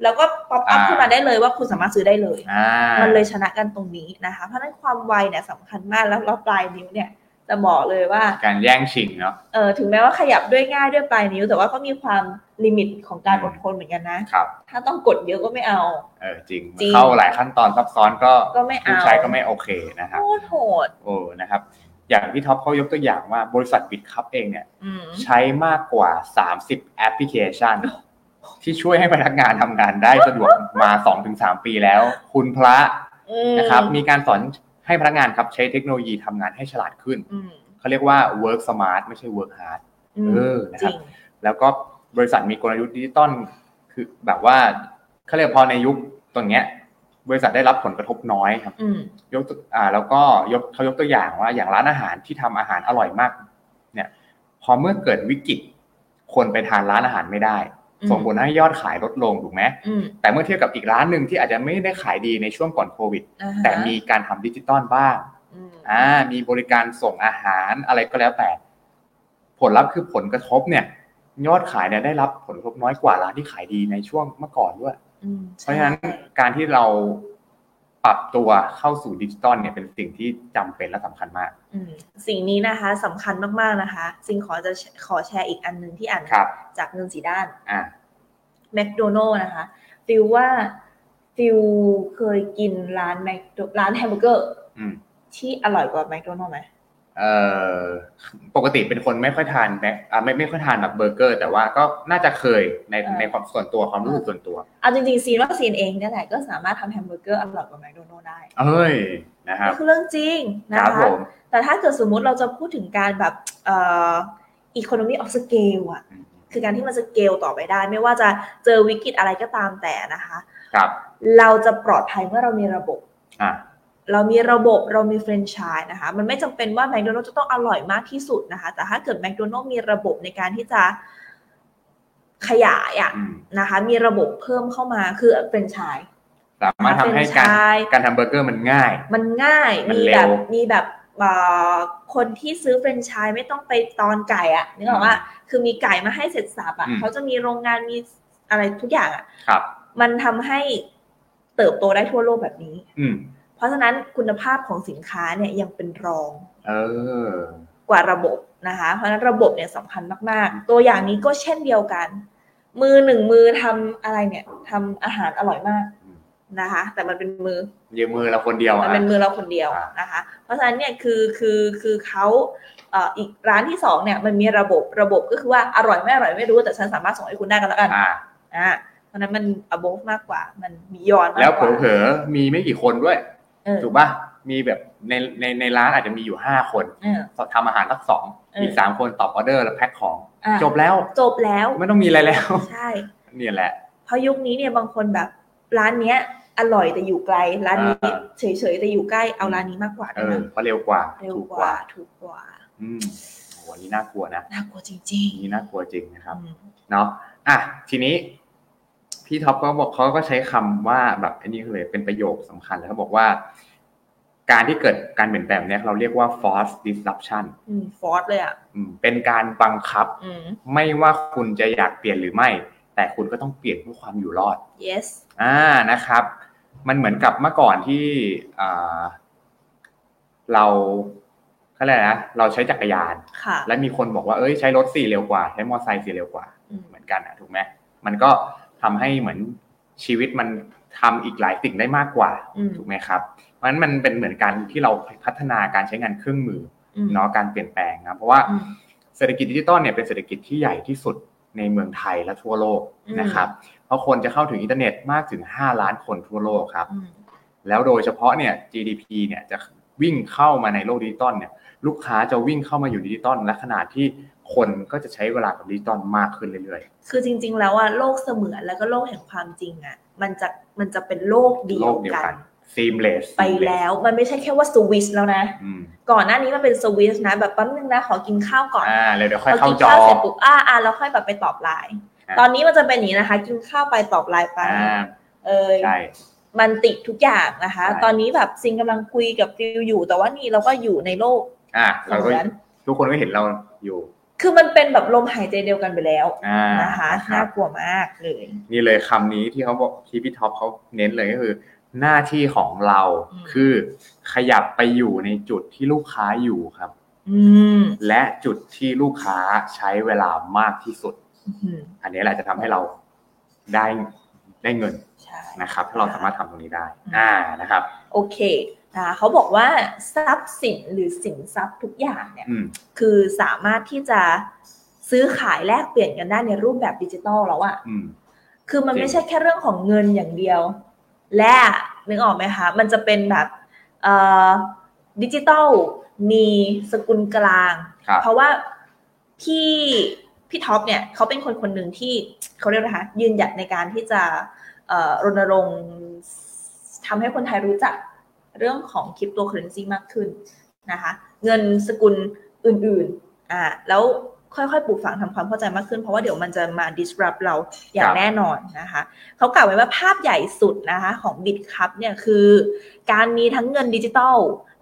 Speaker 2: แล้วก็ป๊อปอัพขึ้นมาได้เลยว่าคุณสามารถซื้อได้เลย
Speaker 1: อ่ามั
Speaker 2: มันเลยชนะกันตรงนี้นะคะ เพราะฉะนั้นความไวเนี่ยสำคัญมากแล้วแล้วปลายนิ้วเนี่ยจะบอกเลยว่า
Speaker 1: การแย่งชิงเนาะ
Speaker 2: เออถึงแม้ว่าขยับด้วยง่ายด้วยปลายนิ้ว แต่ว่าก็มีความลิมิตของการอดทนเหมือนกันนะ
Speaker 1: ครับ
Speaker 2: ถ้าต้องกดเยอะก็ไม่เอา
Speaker 1: เออจริง
Speaker 2: จริง
Speaker 1: เข้าหลายขั้นตอนซับซ้อนก็
Speaker 2: ก็ไม่
Speaker 1: ผู้
Speaker 2: เอา
Speaker 1: ใช้ก็ไม่โอเคนะค
Speaker 2: โครับ ตรโหด
Speaker 1: โอ้นะครับ อย่างพี่ท็อปเขายกตัวอย่างว่าบริษัทบิ t คัพเองเนี่ย
Speaker 2: อืม
Speaker 1: ใช้มากกว่า 30 แอปพลิเคชัน ที่ช่วยให้พนักงานทำงานได้สะดวกมา 2-3 ปีแล้ว คุณพระ
Speaker 2: อืม
Speaker 1: นะครับ มีการสอนให้พนักงานครับใช้เทคโนโลยีทำงานให้ฉลาดขึ้น
Speaker 2: อืม
Speaker 1: เขาเรียกว่า work smart ไม่ใช่ work hard
Speaker 2: อืม
Speaker 1: เออนะ
Speaker 2: จ
Speaker 1: ครั
Speaker 2: ริ
Speaker 1: บ
Speaker 2: ง
Speaker 1: แล้วก็บริษัทมีกลยุทธ์ดิจิตอลคือแบบว่าเขาเรียกพอในยุคตรงเนี้ย บริษัทได้รับผลกระทบน้อยครับ
Speaker 2: อืม
Speaker 1: ยกตัวอ่าแล้วก็ยกเขายกตัวอย่างว่าอย่างร้านอาหารที่ทำอาหารอร่อยมาก เนี่ย พอเมื่อเกิดวิกฤต คนไปทานร้านอาหารไม่ได้
Speaker 2: อืม
Speaker 1: ส่งผลให้ยอดขายลดลงถูกไหม
Speaker 2: อืม
Speaker 1: แต่เมื่อเทียบกับอีกร้านหนึ่งที่อาจจะไม่ได้ขายดีในช่วงก่อนโควิด
Speaker 2: อ่าฮะ
Speaker 1: แต่มีการทำดิจิตอลบ้าง
Speaker 2: อืม
Speaker 1: อ่ามีบริการส่งอาหารอะไรก็แล้วแต่ ผลลัพธ์คือผลกระทบเนี่ย ยอดขายเนี่ยได้รับผลกระทบน้อยกว่าร้านที่ขายดีในช่วงเมื่อก่อนด้วย
Speaker 2: อืม
Speaker 1: เพราะฉะนั้นการที่เราปรับตัวเข้าสู่ดิจิตอลเนี่ยเป็นสิ่งที่จำเป็นและสำคัญมาก
Speaker 2: อืมสิ่งนี้นะคะสำคัญมากๆนะคะสิ่งขอจะขอแชร์อีกอันหนึ่งที่อ่าน
Speaker 1: ครับ
Speaker 2: จากเงินสีด้าน
Speaker 1: อ่า
Speaker 2: แมคโดนัลนะคะ ฟิลว่าฟิลเคยกินร้านแมคร้านแฮมเบอร์เกอร์
Speaker 1: อืม
Speaker 2: ที่อร่อยกว่าแมคโดนัลไหม
Speaker 1: เอ่อปกติเป็นคนไม่ค่อยทานแม็กอ่าไม่ไม่ค่อยทานแบบเบอร์เกอร์ แต่ว่าก็น่าจะเคยในในความส่วนตัวความรู้สึกส่วนตัว
Speaker 2: เอาจริงๆซีนว่าซีนเองเนี่ยแหละก็สามารถทำแฮมเบอร์เกอร์อร่อยกว่าแมคโดนัลได้
Speaker 1: เอ้ยนะครับ
Speaker 2: นี่คือเรื่องจริงนะ
Speaker 1: รับ
Speaker 2: คะ
Speaker 1: ผม
Speaker 2: แต่ถ้าเกิดสมมุติเราจะพูดถึงการแบบเอ่อ economy of scale อะ
Speaker 1: อืม
Speaker 2: คือการที่มันสเกลต่อไปได้ ไม่ว่าจะเจอวิกฤตอะไรก็ตามแต่นะคะ
Speaker 1: ครับ
Speaker 2: เราจะปลอดภัยเมื่อเรามีระบบ
Speaker 1: อ่า
Speaker 2: เรามีระบบเรามีแฟรนไชส์นะคะ มันไม่จำเป็นว่าแม d โดนัล s จะต้องอร่อยมากที่สุดนะคะ แต่ถ้าเกิดแม d โดนัล s มีระบบในการที่จะขยายอะ
Speaker 1: อืม
Speaker 2: นะคะ มีระบบเพิ่มเข้ามาคือแฟรนไชส์
Speaker 1: สามารถทำให้การ
Speaker 2: เป็นชาย
Speaker 1: การทำเบอร์เกอร์มันง่าย
Speaker 2: มันง่าย
Speaker 1: มัน
Speaker 2: มี
Speaker 1: เร็ว
Speaker 2: แบบมีแบบเอ่อคนที่ซื้อแฟรนไชส์ไม่ต้องไปตอนไก่อะนึกออกว่า คือมีไก่มาให้เสร็จสับอะ
Speaker 1: อืม
Speaker 2: เขาจะมีโรงงานมีอะไรทุกอย่างอะ
Speaker 1: ครับ
Speaker 2: มันทำให้เติบโตได้ทั่วโลกแบบนี้
Speaker 1: อืม
Speaker 2: เพราะฉะนั้นคุณภาพของสินค้าเนี่ยยังเป็นรอง
Speaker 1: เออ
Speaker 2: กว่าระบบนะคะ เพราะฉะนั้นระบบเนี่ยสำคัญมาก ๆ ตัวอย่างนี้ก็เช่นเดียวกัน มือหนึ่งมือทำอะไรเนี่ยทำอาหารอร่อยมาก
Speaker 1: อืม
Speaker 2: นะคะ แต่มันเป็นมือ
Speaker 1: ยืมมือเราคนเดียว
Speaker 2: มั
Speaker 1: อ่ะ
Speaker 2: นเป็นมือเราคนเดียว
Speaker 1: อ่ะ
Speaker 2: นะคะ เพราะฉะนั้นเนี่ยคือคือคือเขาเอ่ออีกร้านที่สองเนี่ยมันมีระบบระบบก็คือว่าอร่อยไม่อร่อยไม่รู้แต่ฉันสามารถส่งให้คุณได้กันแล้วกัน
Speaker 1: อ่า
Speaker 2: อ่าเพราะฉะนั้นมัน above มากกว่า มันมียอนมากกว่า
Speaker 1: แล้วเผลอๆมีไม่กี่คนด้วย
Speaker 2: เออ
Speaker 1: ถูกป่ะมีแบบในในในร้านอาจจะมีอยู่ห้าคน
Speaker 2: เออ
Speaker 1: ทำอาหารสักสอง
Speaker 2: เอออี
Speaker 1: อีกสามคนตอบออเดอร์แล้วแพ็คของ
Speaker 2: อ่ะ
Speaker 1: จบแล้ว
Speaker 2: จบแล้ว
Speaker 1: ไม่ต้องมีอะไรแล้ว
Speaker 2: ใช่
Speaker 1: เนี่ยแหละ
Speaker 2: เพราะยุคนี้เนี่ยบางคนแบบร้านเนี้ย อร่อยแต่อยู่ไกล ร้านนี้
Speaker 1: อ่า
Speaker 2: เฉยๆแต่อยู่ใกล้เอาร้านนี้มากกว่า
Speaker 1: เอ
Speaker 2: ได้ไหม
Speaker 1: อเพราะเร็วกว่า
Speaker 2: เร็ว
Speaker 1: ถูก
Speaker 2: ก
Speaker 1: กว่า
Speaker 2: ว่าถูกกว่า
Speaker 1: อืมโอ้โหอันนี้น่ากลัวนะ
Speaker 2: น่ากลัวจริง
Speaker 1: อันนี้น่ากลัวจริงนะ
Speaker 2: ๆ
Speaker 1: ครับ
Speaker 2: อืม
Speaker 1: เนาะอ่ะทีนี้ พี่ท็อปก็บอกเขาก็ใช้คำว่าแบบอันนี้เลยเป็นประโยคสำคัญแล้วเขาบอกว่า การที่เกิดการเปลี่ยนแปลงเนี้ยเราเรียกว่า force disruption
Speaker 2: อืมฟอร์สเลยอ่ะ
Speaker 1: อืมเป็นการบังคับ
Speaker 2: อืม
Speaker 1: ไม่ว่าคุณจะอยากเปลี่ยนหรือไม่ แต่คุณก็ต้องเปลี่ยนเพื่อความอยู่รอด
Speaker 2: yes
Speaker 1: อ่านะครับ มันเหมือนกับเมื่อก่อนที่อ่าเราเขาเรียกอะไรนะเราใช้จักรยาน
Speaker 2: ค่ะ
Speaker 1: และมีคนบอกว่าเอ้ยใช้รถสี่เร็วกว่า ใช้มอเตอร์ไซค์สี่เร็วกว่า
Speaker 2: อืม
Speaker 1: เหมือนกันอะถูกไหมมันก็ทำให้เหมือนชีวิตมันทำอีกหลายสิ่งได้มากกว่า
Speaker 2: อืม
Speaker 1: ถูกไหมครับ เพราะฉะนั้นมันเป็นเหมือนกันที่เราพัฒนาการใช้งานเครื่องมือ
Speaker 2: อื
Speaker 1: อ
Speaker 2: ม
Speaker 1: เนาะการเปลี่ยนแปลงนะเพราะว่า
Speaker 2: อืม
Speaker 1: เศรษฐกิจดิจิตอลเนี่ยเป็นเศรษฐกิจที่ใหญ่ที่สุดในเมืองไทยและทั่วโลก
Speaker 2: อืม
Speaker 1: นะครับ เพราะคนจะเข้าถึงอินเทอร์เน็ตมากถึง 5 ล้านคนทั่วโลกครับ
Speaker 2: อืม
Speaker 1: แล้วโดยเฉพาะเนี่ย GDP เนี่ยจะวิ่งเข้ามาในโลกดิจิตอลเนี่ยลูกค้าจะวิ่งเข้ามาอยู่ดิจิตอลและขนาดที่คนก็จะใช้เวลากับดิจิตอลมากขึ้นเรื่อย
Speaker 2: คือจริง ๆ แล้วอะโลกเสมือนแล้วก็โลกแห่งความจริงอะมันจะมันจะเป็นโลกเดี
Speaker 1: ๆ
Speaker 2: ย
Speaker 1: โล
Speaker 2: ว
Speaker 1: กเดียว
Speaker 2: กัน
Speaker 1: กัน seamless
Speaker 2: ไปแล้วมันไม่ใช่แค่ว่าสวิสแล้วนะ
Speaker 1: อืม
Speaker 2: ก่อนหน้านี้มันเป็นสวิสนะ แบบแป๊บนึงนะขอกินข้าวก่อน
Speaker 1: อ่าแล้วเดี๋ยว
Speaker 2: พ
Speaker 1: ค่อย
Speaker 2: อ
Speaker 1: เข้า
Speaker 2: กิ
Speaker 1: จอ
Speaker 2: ข้าวเสร็จปุ๊บอ่าอ่าแล้วค่อยแบบไปตอบไลน์
Speaker 1: อ่า
Speaker 2: ตอนนี้มันจะเป็นอย่างนี้นะคะ กินข้าวไปตอบไลน์ไป
Speaker 1: อ่า
Speaker 2: เอย
Speaker 1: ใช่
Speaker 2: มันติดทุกอย่างนะคะ
Speaker 1: ใช่
Speaker 2: ตอนนี้แบบซิงกำลังคุยกับฟิวอยู่ แต่ว่านี่เราก็อยู่ในโลก
Speaker 1: อ่าเราก็
Speaker 2: เหมือน
Speaker 1: ทุกคนก็เห็นเราอยู่
Speaker 2: คือมันเป็นแบบลมหายใจเดียวกันไปแล้ว
Speaker 1: อ่า
Speaker 2: นะคะ
Speaker 1: นะครั
Speaker 2: น่า
Speaker 1: บ
Speaker 2: กลัวมากเลย
Speaker 1: นี่เลยคำนี้ที่เขาบอกที่พี่ท็อปเขาเน้นเลยก็คือ หน้าที่ของเรา
Speaker 2: อืม
Speaker 1: คือขยับไปอยู่ในจุดที่ลูกค้าอยู่ครับ
Speaker 2: อืม
Speaker 1: และจุดที่ลูกค้าใช้เวลามากที่สุด
Speaker 2: อื้อหือ
Speaker 1: อันนี้แหละจะทำให้เราได้ได้เงิน
Speaker 2: ใช่
Speaker 1: นะครับ ถ้าเราสามารถทำตรงนี้ได้ อ่านะครับ
Speaker 2: โอเคอ่าเขาบอกว่าทรัพย์สินหรือสินทรัพย์ทุกอย่างเนี่ย
Speaker 1: อืม
Speaker 2: คือสามารถที่จะซื้อขายแลกเปลี่ยนกันได้ในรูปแบบดิจิตอลแล้วอะ
Speaker 1: อืม
Speaker 2: คือมั
Speaker 1: จ
Speaker 2: น
Speaker 1: ริง
Speaker 2: ไม่ใช่แค่เรื่องของเงินอย่างเดียว และนึกออกไหมคะ มันจะเป็นแบบเอ่อดิจิตอลมีสกุลกลาง
Speaker 1: ครับ
Speaker 2: เพราะว่าพี่พี่ท็อปเนี่ยเขาเป็นคนคนหนึ่งที่เขาเรียกนะคะยืนหยัดในการที่จะเอ่อรณรงค์ทำให้คนไทยรู้จักเรื่องของคริปโตเคอเรนซีมากขึ้นนะคะเงินสกุลอื่นๆอ่าแล้วค่อยๆปลูกฝังทำความเข้าใจมากขึ้น เพราะว่าเดี๋ยวมันจะมา disrupt เราอย่า
Speaker 1: ค
Speaker 2: ง
Speaker 1: รับ
Speaker 2: แน่นอนนะคะเขากล่าวไว้ว่าภาพใหญ่สุดนะคะของ b i t c u p เนี่ยคือการมีทั้งเงินดิจิตอล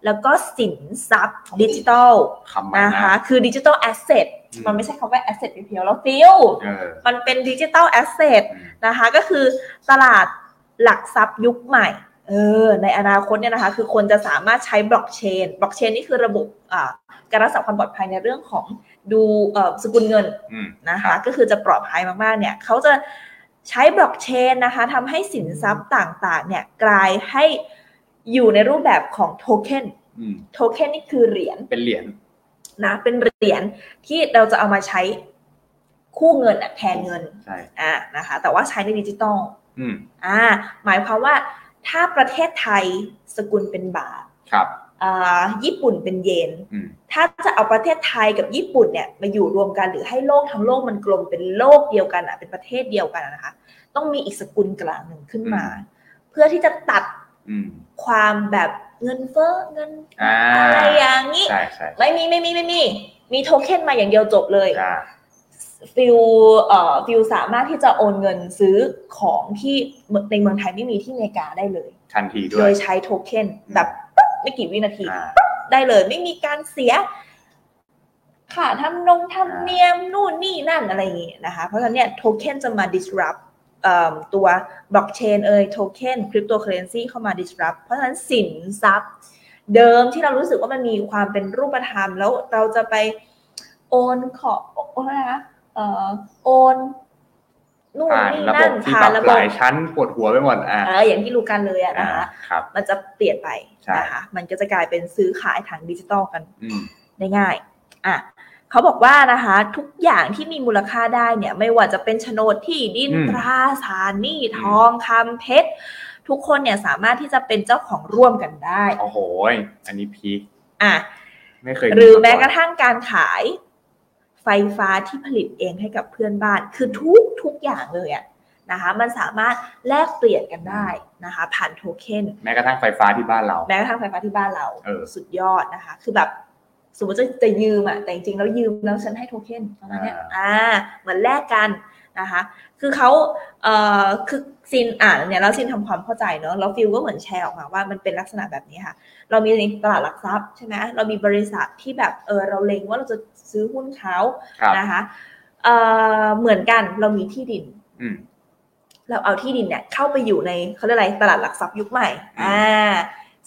Speaker 2: แล้วก็สินทรัพย์ดิจิตอล
Speaker 1: คำมัน
Speaker 2: นะคะ
Speaker 1: นะ
Speaker 2: คือดิจิ t a ลแอสเซท
Speaker 1: อืม
Speaker 2: มันไม่ใช่คำว่าแอสเซทเพียวๆแล้วฟิว
Speaker 1: เออ
Speaker 2: มันเป็นดิจิ t a ลแอสเซท
Speaker 1: อืม
Speaker 2: นะคะก็คือตลาดหลักทรัพย์ยุคใหม่เออในอนาคตเนี่ยนะคะคือคนจะสามารถใช้บล็อกเชนบล็อกเชนนี่คือระบบอ่าการรักษาความปลอดภัยในเรื่องของดูเอ่อสกุลเงิน
Speaker 1: อืม
Speaker 2: นะคะก็คือจะปลอดภัยมากๆเนี่ยเขาจะใช้บล็อกเชนนะคะทำให้สินทรัพย์ต่างๆเนี่ยกลายให้อยู่ในรูปแบบของโทเค็น
Speaker 1: อืม
Speaker 2: โทเค็นนี่คือเหรียญ
Speaker 1: เป็นเหรียญ
Speaker 2: นะเป็นเหรียญที่เราจะเอามาใช้คู่เงินอะแทนเงิน
Speaker 1: ใช่
Speaker 2: อ่านะคะแต่ว่าใช้ในดิจิตอล
Speaker 1: อืม
Speaker 2: อ่าหมายความว่าถ้าประเทศไทยสกุลเป็นบาท
Speaker 1: ครับ
Speaker 2: อ่าญี่ปุ่นเป็นเยน
Speaker 1: อืม
Speaker 2: ถ้าจะเอาประเทศไทยกับญี่ปุ่นเนี่ยมาอยู่รวมกันหรือให้โลกทั้งโลกมันกลมเป็นโลกเดียวกันอ่ะเป็นประเทศเดียวกันอะนะคะ ต้องมีอีกสกุลกลางหนึ่งขึ้นมา
Speaker 1: อืม
Speaker 2: เพื่อที่จะตัด
Speaker 1: อืม
Speaker 2: ความแบบเงินเฟ้อเงิน
Speaker 1: อ่า
Speaker 2: อะไรอย่างนี้
Speaker 1: ใช่ใช่
Speaker 2: ไม่มีไม่มีไม่มี มีโทเค็นมาอย่างเดียวจบเลย
Speaker 1: จ้า
Speaker 2: ฟิลเอ่อฟิลสามารถที่จะโอนเงินซื้อของที่เมืองในเมืองไทยไม่มีที่อเมริกาได้เลย
Speaker 1: ทันทีด้
Speaker 2: โด
Speaker 1: วย
Speaker 2: ยใช้โทเค็นแบบปุ๊บไม่กี่วินาที
Speaker 1: อ่า
Speaker 2: ได้เลย ไม่มีการเสียค่าทำนงทำเนียมนู่นนี่นั่นอะไรอย่างงี้นะคะ เพราะฉะนั้นเนี่ยโทเค็นจะมา disrupt เอิ่มตัวบล็อกเชนเอ่ยโทเค็นคริปโตเคอเรนซีเข้ามา disrupt เพราะฉะนั้นสินทรัพย์เดิมที่เรารู้สึกว่ามันมีความเป็นรูปธรรม แล้วเราจะไปโอนขอโอนอะไรนะเอ่อโอน นู่น
Speaker 1: ผ่าน
Speaker 2: นี่
Speaker 1: ระบ
Speaker 2: นั่
Speaker 1: บ
Speaker 2: น
Speaker 1: ที่
Speaker 2: ผ่า
Speaker 1: แบ
Speaker 2: น
Speaker 1: บ
Speaker 2: ระบ
Speaker 1: ห
Speaker 2: บ
Speaker 1: ลายชั้นปวดหัวไปหมดอ่ะ
Speaker 2: เอออย่างที่รู้กันเลยอะ
Speaker 1: อ่า
Speaker 2: นะคะ
Speaker 1: ครับ
Speaker 2: มันจะเปลี่ยนไป
Speaker 1: ใช่
Speaker 2: นะคะมันก็จะกลายเป็นซื้อขายทางดิจิตอลกัน
Speaker 1: อืม
Speaker 2: ได้ง่าย อ่ะเขาบอกว่านะคะทุกอย่างที่มีมูลค่าได้เนี่ย ไม่ว่าจะเป็นโฉนดที่ดิน
Speaker 1: อืม
Speaker 2: ตราสารหนี้
Speaker 1: อืม
Speaker 2: ทองคำเพชร ทุกคนเนี่ยสามารถที่จะเป็นเจ้าของร่วมกันได้
Speaker 1: โอ้โหยอันนี้พีค
Speaker 2: อ่ะ
Speaker 1: ไม่เคย
Speaker 2: หรือแม้
Speaker 1: าอน
Speaker 2: กระทั่งการขายไฟฟ้าที่ผลิตเองให้กับเพื่อนบ้าน คือทุกทุกอย่างเลยอะนะคะ มันสามารถแลกเปลี่ยนกันได้นะคะ ผ่านโทเค็น
Speaker 1: แม้กระทั่งไฟฟ้าที่บ้านเรา
Speaker 2: แม้กระทั่งไฟฟ้าที่บ้านเรา
Speaker 1: เออ
Speaker 2: สุดยอดนะคะ คือแบบสมมติจะจะยืมอะแต่จริงๆแล้วยืมแล้วฉันให้โทเค็นประมาณเนี้ยอ่าเหมือนแลกกันนะคะ คือเขาเอ่อคือซินอ่านเนี่ยแล้วซินทำความเข้าใจเนอะแล้วฟิลก็เหมือนแชร์ออกมาว่ามันเป็นลักษณะแบบนี้ค่ะ เรามีในตลาดหลักทรัพย์ใช่ไหมเรามีบริษัทที่แบบเออเราเล็งว่าเราจะซื้อหุ้นเขา
Speaker 1: ครับ
Speaker 2: นะคะเอ่อเหมือนกันเรามีที่ดิน
Speaker 1: อืม
Speaker 2: เราเอาที่ดินเนี่ยเข้าไปอยู่ในเขาเรียกอะไรตลาดหลักทรัพย์ยุคใหม่
Speaker 1: อืม
Speaker 2: อ่า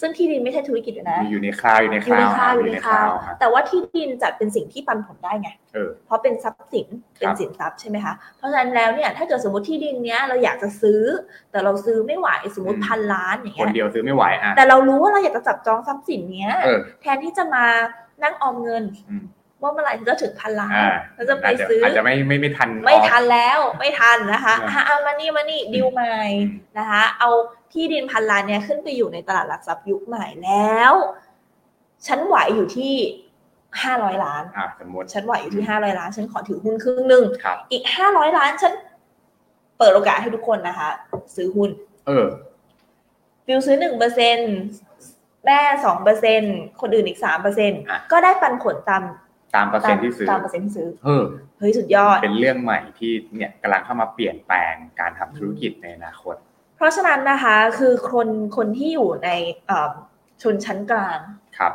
Speaker 2: ซึ่งที่ดินไม่ใช่ธุรกิจนะ
Speaker 1: มีอยู่ในคราวอยู่ใน
Speaker 2: อ
Speaker 1: ค
Speaker 2: ยู่
Speaker 1: รา
Speaker 2: ใน
Speaker 1: ว
Speaker 2: ข่าว
Speaker 1: อ่ะ
Speaker 2: อยู่ในข่าว
Speaker 1: อ่ะ
Speaker 2: แต่ว่าที่ดินจัดเป็นสิ่งที่ปันผลได้ไง
Speaker 1: เออ
Speaker 2: เพราะเป็นทรัพย์สิน เป็นสินทรัพย์ใช่ไหมคะ เพราะฉะนั้นแล้วเนี่ยถ้าเกิดสมมติที่ดินเนี้ยเราอยากจะซื้อ แต่เราซื้อไม่ไหวสมมติ
Speaker 1: อืม
Speaker 2: พันล้านอย่าง
Speaker 1: คน
Speaker 2: เงี้ย
Speaker 1: เดียวซื้อไม่ไหวอ่ะ
Speaker 2: แต่เรารู้ว่าเราอยากจะจับจองทรัพย์สินเนี้ย
Speaker 1: เออ
Speaker 2: แทนที่จะมานั่งออมเงิน
Speaker 1: อืม
Speaker 2: ว่าเมื่อไหร่ถึงจะถึงพันล้าน
Speaker 1: อ่า
Speaker 2: เราจะไป
Speaker 1: อาจจะ
Speaker 2: ซื้ออ
Speaker 1: อาจจะไม่ไม่ไม่ทัน
Speaker 2: ไม่
Speaker 1: ออก
Speaker 2: ทันแล้วไม่ทันนะคะ
Speaker 1: อ่า
Speaker 2: อ่ะอ่ะมานี่มานี่ดิวใหม่นะคะ เอาที่ดินพันล้านเนี่ยขึ้นไปอยู่ในตลาดหลักทรัพย์ยุคใหม่แล้วฉันไหวอยู่ที่ห้าร้อยล้าน
Speaker 1: อ่ะสมมติ
Speaker 2: ฉันไหวอยู่ที่ห้าร้อยล้าน ฉันขอถือหุ้นครึ่งหนึ่ง
Speaker 1: ครับ
Speaker 2: อีกห้าร้อยล้านฉันเปิดโอกาสให้ทุกคนนะคะ ซื้อหุ้น
Speaker 1: เออ
Speaker 2: ฟิวซื้อหนึ่งเปอร์เซ็นแม่สองเปอร์เซ็นคนอื่นอีกสามเปอร์เซ็น
Speaker 1: อ่ะ
Speaker 2: ก็ได้ปันผลตาม
Speaker 1: ตามเปอร์เซ็นต์ที่ซื้อ
Speaker 2: ตามเปอร์เซ็นต์ที่ซื้อ
Speaker 1: เออ
Speaker 2: เฮ้ยสุดยอด
Speaker 1: เป็นเรื่องใหม่ที่เนี่ยกำลังเข้ามาเปลี่ยนแปลงการทำธุรกิจในอนาคต
Speaker 2: เพราะฉะนั้นนะคะคือคนคนที่อยู่ในเอ่อชนชั้นกลาง
Speaker 1: ครับ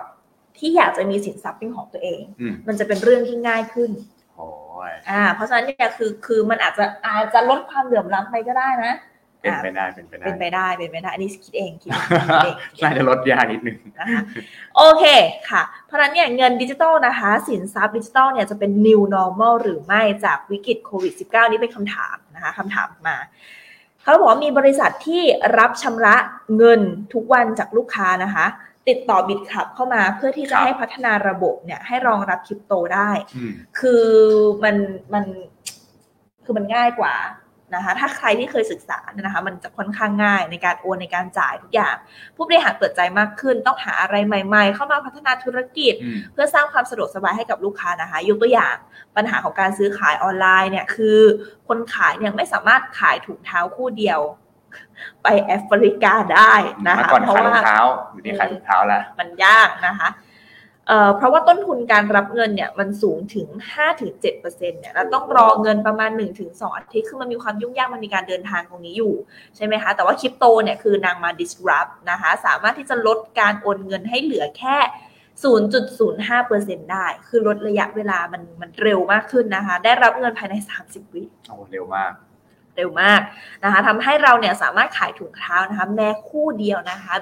Speaker 2: ที่อยากจะมีสินทรัพย์เป็นของตัวเอง
Speaker 1: อืม
Speaker 2: มันจะเป็นเรื่องที่ง่ายขึ้น
Speaker 1: โอ้ย
Speaker 2: อ่าเพราะฉะนั้นเนี่ยคือคือมันอาจจะอาจจะลดความเหลื่อมล้ำไปก็ได้นะ
Speaker 1: เป็นไปได้เป็นไปได้
Speaker 2: เป็นไปได้เป็นไปได้อันนี้คิดเองคิดเองคิดเองคิด เอ
Speaker 1: น่าง จะลดยากนิดนึง
Speaker 2: นะคะโอเคค่ะ เพราะฉะนั้นเนี่ยเงินดิจิตอลนะคะ สินทรัพย์ดิจิตอลเนี่ยจะเป็น new normal หรือไม่จากวิกฤตโควิด -19 นี้เป็นคำถามนะคะคำถามมา เขาบอกว่ามีบริษัทที่รับชำระเงินทุกวันจากลูกค้านะคะ ติดต่อบิตคับเข้ามาเพื่อที่
Speaker 1: ค
Speaker 2: จะ
Speaker 1: รับ
Speaker 2: ให้พัฒนาระบบเนี่ยให้รองรับคริปโตได้
Speaker 1: อืม
Speaker 2: คือมันมันคือมันง่ายกว่านะคะ ถ้าใครที่เคยศึกษาเนี่ยนะคะ มันจะค่อนข้างง่ายในการโอนในการจ่ายทุกอย่าง ผู้บริหารเปิดใจมากขึ้น ต้องหาอะไรใหม่ ๆ เข้ามาพัฒนาธุรกิจ
Speaker 1: อืม
Speaker 2: เพื่อสร้างความสะดวกสบายให้กับลูกค้านะคะ ยกตัวอย่างปัญหาของการซื้อขายออนไลน์เนี่ยคือ คนขายเนี่ยไม่สามารถขายถุงเท้าคู่เดียว ไปแอฟริกาได้นะ
Speaker 1: เมื่อ
Speaker 2: คะ
Speaker 1: ก่อน
Speaker 2: เพราะ
Speaker 1: ขายรอ
Speaker 2: ว่าง
Speaker 1: เท้าอยู่นี่ขายถุงเท้าแล้ว
Speaker 2: มันยากนะคะเอ่อเพราะว่าต้นทุนการรับเงินเนี่ยมันสูงถึง 5-7%เนี่ยแล้วต้องรอเงินประมาณ 1-2อาทิตย์คือมันมีความยุ่งยากมันมีการเดินทางตรงนี้อยู่ ใช่ไหมคะ แต่ว่าคริปโตเนี่ยคือนางมา disrupt นะคะ สามารถที่จะลดการโอนเงินให้เหลือแค่ 0.05%ได้ คือลดระยะเวลามันมันเร็วมากขึ้นนะคะ ได้รับเงินภายใน 30 วิ
Speaker 1: โอ้เร็วมาก
Speaker 2: เร็วมากนะคะทำให้เราเนี่ยสามารถขายถุงเท้านะคะ แม้คู่เดียวนะคะ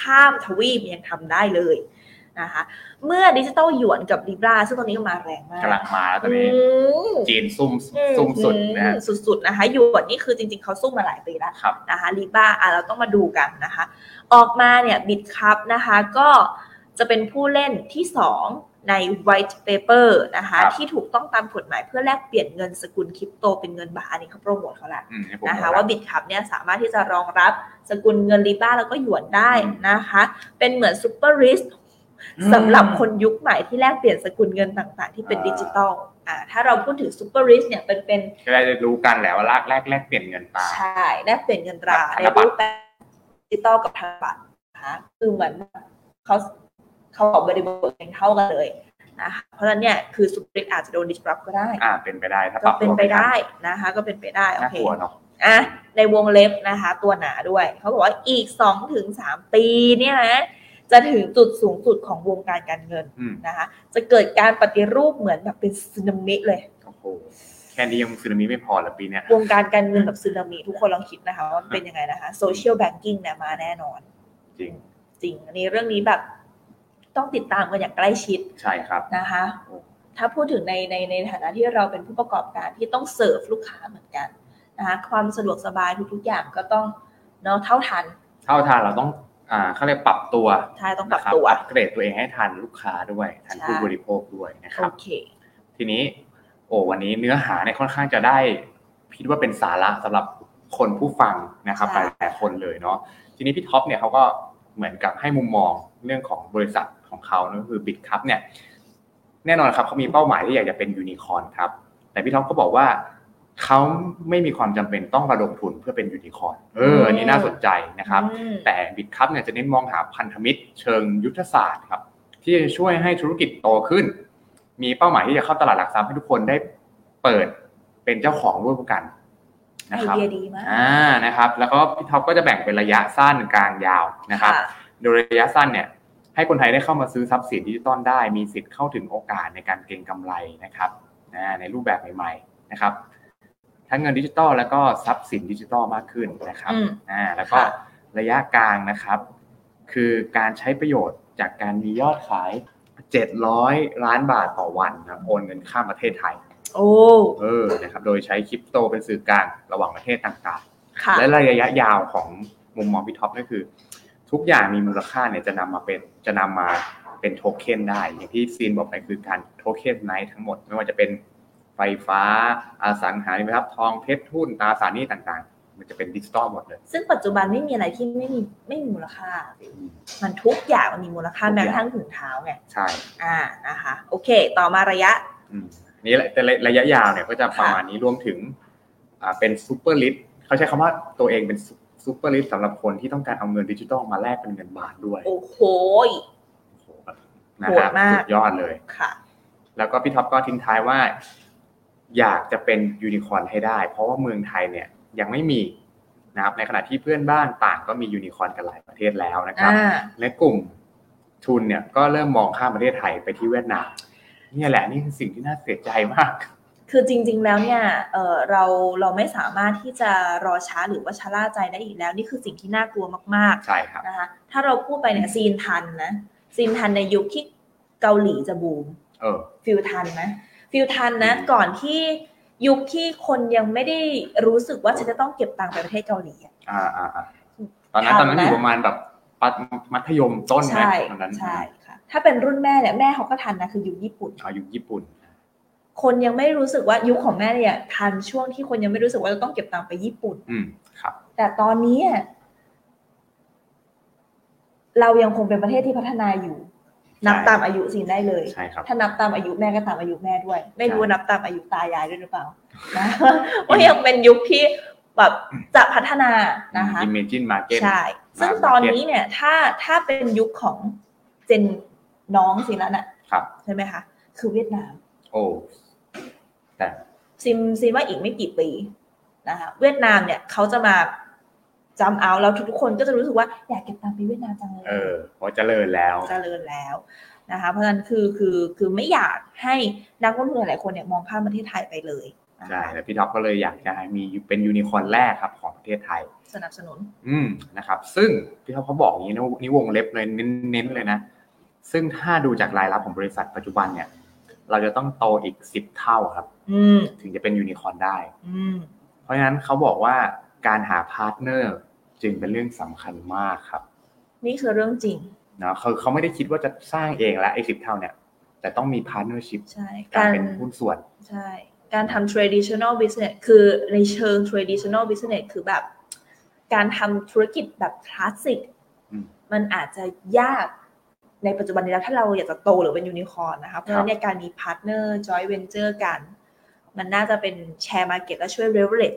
Speaker 2: ข้ามทวีปยังทำได้เลยนะคะ เมื่อดิจิตอลหยวนกับ Libra ซึ่งตอนนี้ก็มาแรงมาก
Speaker 1: กำลังมาแล้วตอนนี้
Speaker 2: อืม
Speaker 1: จีนซุ่มซุ่มสุดนะฮะ
Speaker 2: อืมสุดๆนะคะหยวนนี่คือจริงๆเขาสู้มาหลายปีแล้ว
Speaker 1: ครับ
Speaker 2: นะคะลีบ้าอ่ะเราต้องมาดูกันนะคะ ออกมาเนี่ยบิดครับนะคะก็จะเป็นผู้เล่นที่ 2 ใน white paper นะคะ ที่ถูกต้องตามกฎหมายเพื่อแลกเปลี่ยนเงินสกุลคริปโตเป็นเงินบาทอันนี้เขาโปรโมทเขาละ
Speaker 1: อืมให้ผม
Speaker 2: นะคะ
Speaker 1: ดู
Speaker 2: ว่าบิตคัพเนี่ยสามารถที่จะรองรับสกุลเงินลีบ้าแล้วก็หยวนได้นะคะ เป็นเหมือนซูเปอร์ริสสำหรับคนยุคใหม่ที่แลกเปลี่ยนสกุลเงินต่างๆ ที่เป็นดิจิตอลอ่าถ้าเราพูดถึงซูเปอร์ริสเนี่ยเป็นเป็น
Speaker 1: ก็ได้รู้กันแหละว่าแลกแลกแลกเปลี่ยนเงินตรา
Speaker 2: ใช่แลกเปลี่ยนเงินตรา
Speaker 1: กับธ
Speaker 2: ใน
Speaker 1: นบัตร
Speaker 2: รูปแบบดิจิตอลกับธนบัตรนะคะคือเหมือนเขาเขาออกบริบทเองเท่ากันเลยนะคะเพราะฉะนั้นเนี่ยคือสุปริตอาจจะโดนดิสรับก็ได้
Speaker 1: อ่า เป็นไปได้ถ้าป
Speaker 2: ก็
Speaker 1: รับ
Speaker 2: เป็น
Speaker 1: ตัว
Speaker 2: ไป
Speaker 1: ทั
Speaker 2: ได้นะคะ ก็เป็นไปได้โอ
Speaker 1: น่า
Speaker 2: เค
Speaker 1: กลัวเนาะ
Speaker 2: อ่ะในวงเล็บนะคะ ตัวหนาด้วย เขาบอกว่าอีกสองถึงสามปีเนี่ยนะจะถึงจุดสูงสุดของวงการการเงิน
Speaker 1: อืม
Speaker 2: นะคะ จะเกิดการปฏิรูปเหมือนแบบเป็นสึนามิเลย
Speaker 1: โอ้โห แค่นี้ยังซึนามิไม่พอเหรอปีเนี้ยว
Speaker 2: งการการเงินแบบสึนามิทุกคนลองคิดนะคะว่ามันเป็นยังไงนะคะโซเชียลแบงกิ้งเนี่ยมาแน่นอน
Speaker 1: จริง
Speaker 2: จริง อันนี้เรื่องนี้แบบต้องติดตามกันอย่างใกล้ชิด
Speaker 1: ใช่ครับ
Speaker 2: นะคะ ถ้าพูดถึงในในในฐานะที่เราเป็นผู้ประกอบการที่ต้องเสิร์ฟลูกค้าเหมือนกัน นะคะความสะดวกสบายทุกๆอย่างก็ต้องเนาะเท่าทัน
Speaker 1: เท่าทานเราต้องอ่าเขาเรียกปรับตัว
Speaker 2: ใช่ต้องปรับตัว
Speaker 1: นะคอัปเกรดตัวเองให้ทันลูกค้าด้วย ทันผู้
Speaker 2: ใช่
Speaker 1: บริโภคด้วยนะค
Speaker 2: โอ
Speaker 1: รับ
Speaker 2: เค
Speaker 1: ทีนี้ โอ้วันนี้เนื้อหาเนี่ยค่อนข้างจะได้พิดว่าเป็นสาระสำหรับคนผู้ฟังนะครับห
Speaker 2: ใช่
Speaker 1: ลายหลายๆคนเลยเนาะทีนี้พี่ท็อปเนี่ยเขาก็เหมือนกับให้มุมมองเรื่องของบริษัทของเขานั่นก็คือบิ t ครับเนี่ย แน่นอนครับเขามีเป้าหมายที่อยากจะเป็นยูนิคอร์นครับ แต่พี่ท็อปก็บอกว่าเขาไม่มีความจำเป็นต้องระดมทุนเพื่อเป็นยูนิคอร์นเอออันนี้น่าสนใจนะครับ
Speaker 2: อืม
Speaker 1: แต่บิตคัพเนี่ยจะเน้นมองหาพันธมิตรเชิงยุทธศาสตร์ครับ ที่จะช่วยให้ธุรกิจโตขึ้น มีเป้าหมายที่จะเข้าตลาดหลักทรัพย์ให้ทุกคนได้เปิดเป็นเจ้าของร่วมกันนะครับ
Speaker 2: ไอเดียดีมาก
Speaker 1: อ่านะครับ แล้วก็พี่ท็อปก็จะแบ่งเป็นระยะสั้นกลางยาวนะครับ โดยระยะสั้นเนี่ยให้คนไทยได้เข้ามาซื้อทรัพย์สินดิจิตอลได้ มีสิทธิ์เข้าถึงโอกาสในการเก็งกำไรนะครับอ่าในรูปแบบใหม่ๆนะครับ ทั้งเงินดิจิตอลแล้วก็ทรัพย์สินดิจิตอลมากขึ้นนะครับ
Speaker 2: อืม
Speaker 1: อ่าแล้วก็
Speaker 2: ค่ะ
Speaker 1: ระยะกลางนะครับ คือการใช้ประโยชน์จากการมียอดขาย 700 ล้านบาทต่อวันนะครับโอนเงินข้ามประเทศไทย
Speaker 2: โอ้
Speaker 1: เออนะครับโดยใช้คริปโตเป็นสื่อกลางระหว่างประเทศต่าง
Speaker 2: ค่ะ
Speaker 1: ๆ และระยะยาวของมุมมองพี่ท็อปก็คือ ทุกอย่างมีมูลค่าเนี่ยจะนำมาเป็นจะนำมาเป็นโทเค็นได้ อย่างที่ซีนบอกไปคือการโทเค็นไนท์ทั้งหมด ไม่ว่าจะเป็นไฟฟ้าอสังหาริมทรัพย์ทองเพชรหุ้นตราสารหนี้ต่างๆ มันจะเป็นดิจิตอลหมดเลย
Speaker 2: ซึ่งปัจจุบันไม่มีอะไรที่ไม่มีไม่มีมูลค่า มันทุกอย่างมันมีมูลค่า
Speaker 1: ทุกอ
Speaker 2: แม้
Speaker 1: ย่าง
Speaker 2: กระทั่งถุงเท้าไง
Speaker 1: ใช่
Speaker 2: อ่านะคะ โอเค ต่อมาระยะ
Speaker 1: อืมนี่แหละแต่ระยะยาวเนี่ยก็จะประมาณนี้รวมถึงอ่าเป็นซูเปอร์ลิสเขาใช้คำว่าตัวเองเป็นซูเปอร์ลิสสำหรับคนที่ต้องการเอาเงินดิจิตอลมาแลกเป็นเงินบาทด้วย
Speaker 2: โอ้โห
Speaker 1: โอ้โหนะ
Speaker 2: โห
Speaker 1: ครั
Speaker 2: ด
Speaker 1: บ
Speaker 2: มาก
Speaker 1: สุดยอดเลย
Speaker 2: ค่ะ
Speaker 1: แล้วก็พี่ท็อปก็ทิ้งท้ายว่า อยากจะเป็นยูนิคอร์นให้ได้ เพราะว่าเมืองไทยเนี่ยยังไม่มีนะครับในขณะที่เพื่อนบ้านต่างก็มียูนิคอร์นกันหลายประเทศแล้วนะครับ
Speaker 2: อ่า
Speaker 1: และกลุ่มทุนเนี่ยก็เริ่มมองข้ามประเทศไทยไปที่เวียดนามเนี่ยแหละนี่คือสิ่งที่น่าเสียใจมาก
Speaker 2: คือจริง ๆ แล้วเนี่ยเอ่อเราเราไม่สามารถที่จะรอช้าหรือว่าชะล่าใจได้อีกแล้ว นี่คือสิ่งที่น่ากลัวมาก
Speaker 1: ใช่ครับ
Speaker 2: ๆนะคะถ้าเราพูดไปเนี่ยซีนทันนะซีนทันในยุคที่เกาหลีจะบูม
Speaker 1: เออ
Speaker 2: ฟิลทันนะฟิลทันนะ
Speaker 1: อืม
Speaker 2: ก่อนที่ยุคที่คนยังไม่ได้รู้สึกว่าฉันจะต้องเก็บตังค์ไปประเทศเกาหลีอะ
Speaker 1: อ่าอ่าอ่าตอนนั้น
Speaker 2: ทั
Speaker 1: ตอน
Speaker 2: น
Speaker 1: นั้น
Speaker 2: ไหม
Speaker 1: อยู่ประมาณแบบปัดมัธยมต้นไหม
Speaker 2: ใช่
Speaker 1: ตอนนั้น
Speaker 2: ใช่ค่ะถ้าเป็นรุ่นแม่เนี่ยแม่เขาก็ทันนะคือยุคญี่ปุ่น
Speaker 1: อายุญี่ปุ่น
Speaker 2: คนยังไม่รู้สึกว่ายุคของแม่เนี่ยทันช่วงที่คนยังไม่รู้สึกว่าจะต้องเก็บตังค์ไปญี่ปุ่น
Speaker 1: อืมครับ
Speaker 2: แต่ตอนนี้อะเรายังคงเป็นประเทศที่พัฒนาอยู่ นับ
Speaker 1: ใช่
Speaker 2: ตามอายุสินได้เลย
Speaker 1: ใช่ครับ
Speaker 2: ถ้านับตามอายุแม่ก็ตามอายุแม่ด้วย ไม่รู้
Speaker 1: ใช่
Speaker 2: ว่านับตามอายุตายายด้วยหรือเปล่านะ ว่ายัง เป็นยุคที่แบบจะพัฒนานะคะ
Speaker 1: Imagine Market
Speaker 2: ใช่ ซึ่งตอนนี้เนี่ย ถ้าถ้าเป็นยุคของเจนน้องสินละน่ะ
Speaker 1: ครับ
Speaker 2: ใช่ไหมคะ คือเวียดนาม
Speaker 1: โอ้แต่
Speaker 2: ซิมซิมว่าอีกไม่กี่ปีนะคะเวียดนามเนี่ยเขาจะมาจำเอาแล้วทุกๆคนก็จะรู้สึกว่าอยากเก็บตังค์ไปเวียดนามจังเลย
Speaker 1: เออเพราะเจริญแล้ว
Speaker 2: เจริญแล้วนะคะ เพราะฉะนั้นคือคือคือไม่อยากให้นักลงทุนหลายๆคนเนี่ยมองข้ามประเทศไทยไปเลยนะคะ
Speaker 1: ใช่แล้วพี่ท็อปก็เลยอยากจะมีเป็นยูนิคอร์นแรกครับของประเทศไทย
Speaker 2: สนับสนุน
Speaker 1: อืมนะครับ ซึ่งพี่ท็อปเขาบอกอย่างนี้นะนี่วงเล็บเลยเน้นเน้นเลยนะ ซึ่งถ้าดูจากรายรับของบริษัทปัจจุบันเนี่ย เราจะต้องโตอีกสิบเท่าครับ
Speaker 2: อืม
Speaker 1: ถึงจะเป็นยูนิคอร์นได้
Speaker 2: อืม
Speaker 1: เพราะฉะนั้นเขาบอกว่าการหาพาร์ทเนอร์จึงเป็นเรื่องสำคัญมากครับ
Speaker 2: นี่คือเรื่องจริง
Speaker 1: เนาะคือเขาไม่ได้คิดว่าจะสร้างเองแล้วไอ้สิบเท่าเนี่ย แต่ต้องมีพาร์ทเนอร์ชิพ
Speaker 2: ใช่
Speaker 1: การเป็นหุ้นส่วน
Speaker 2: ใช่ การทำ traditional business คือในเชิง traditional business คือแบบ การทำธุรกิจแบบคลาสสิก
Speaker 1: อืม
Speaker 2: มันอาจจะยากในปัจจุบันนี้แล้วถ้าเราอยากจะโตหรือเป็นยูนิคอร์นนะคะ เพราะฉะนั้นเนี่ยการมีพาร์ทเนอร์จอยเวนเจอร์กัน มันน่าจะเป็นแชร์มาเก็ตและช่วยเรเวลเลต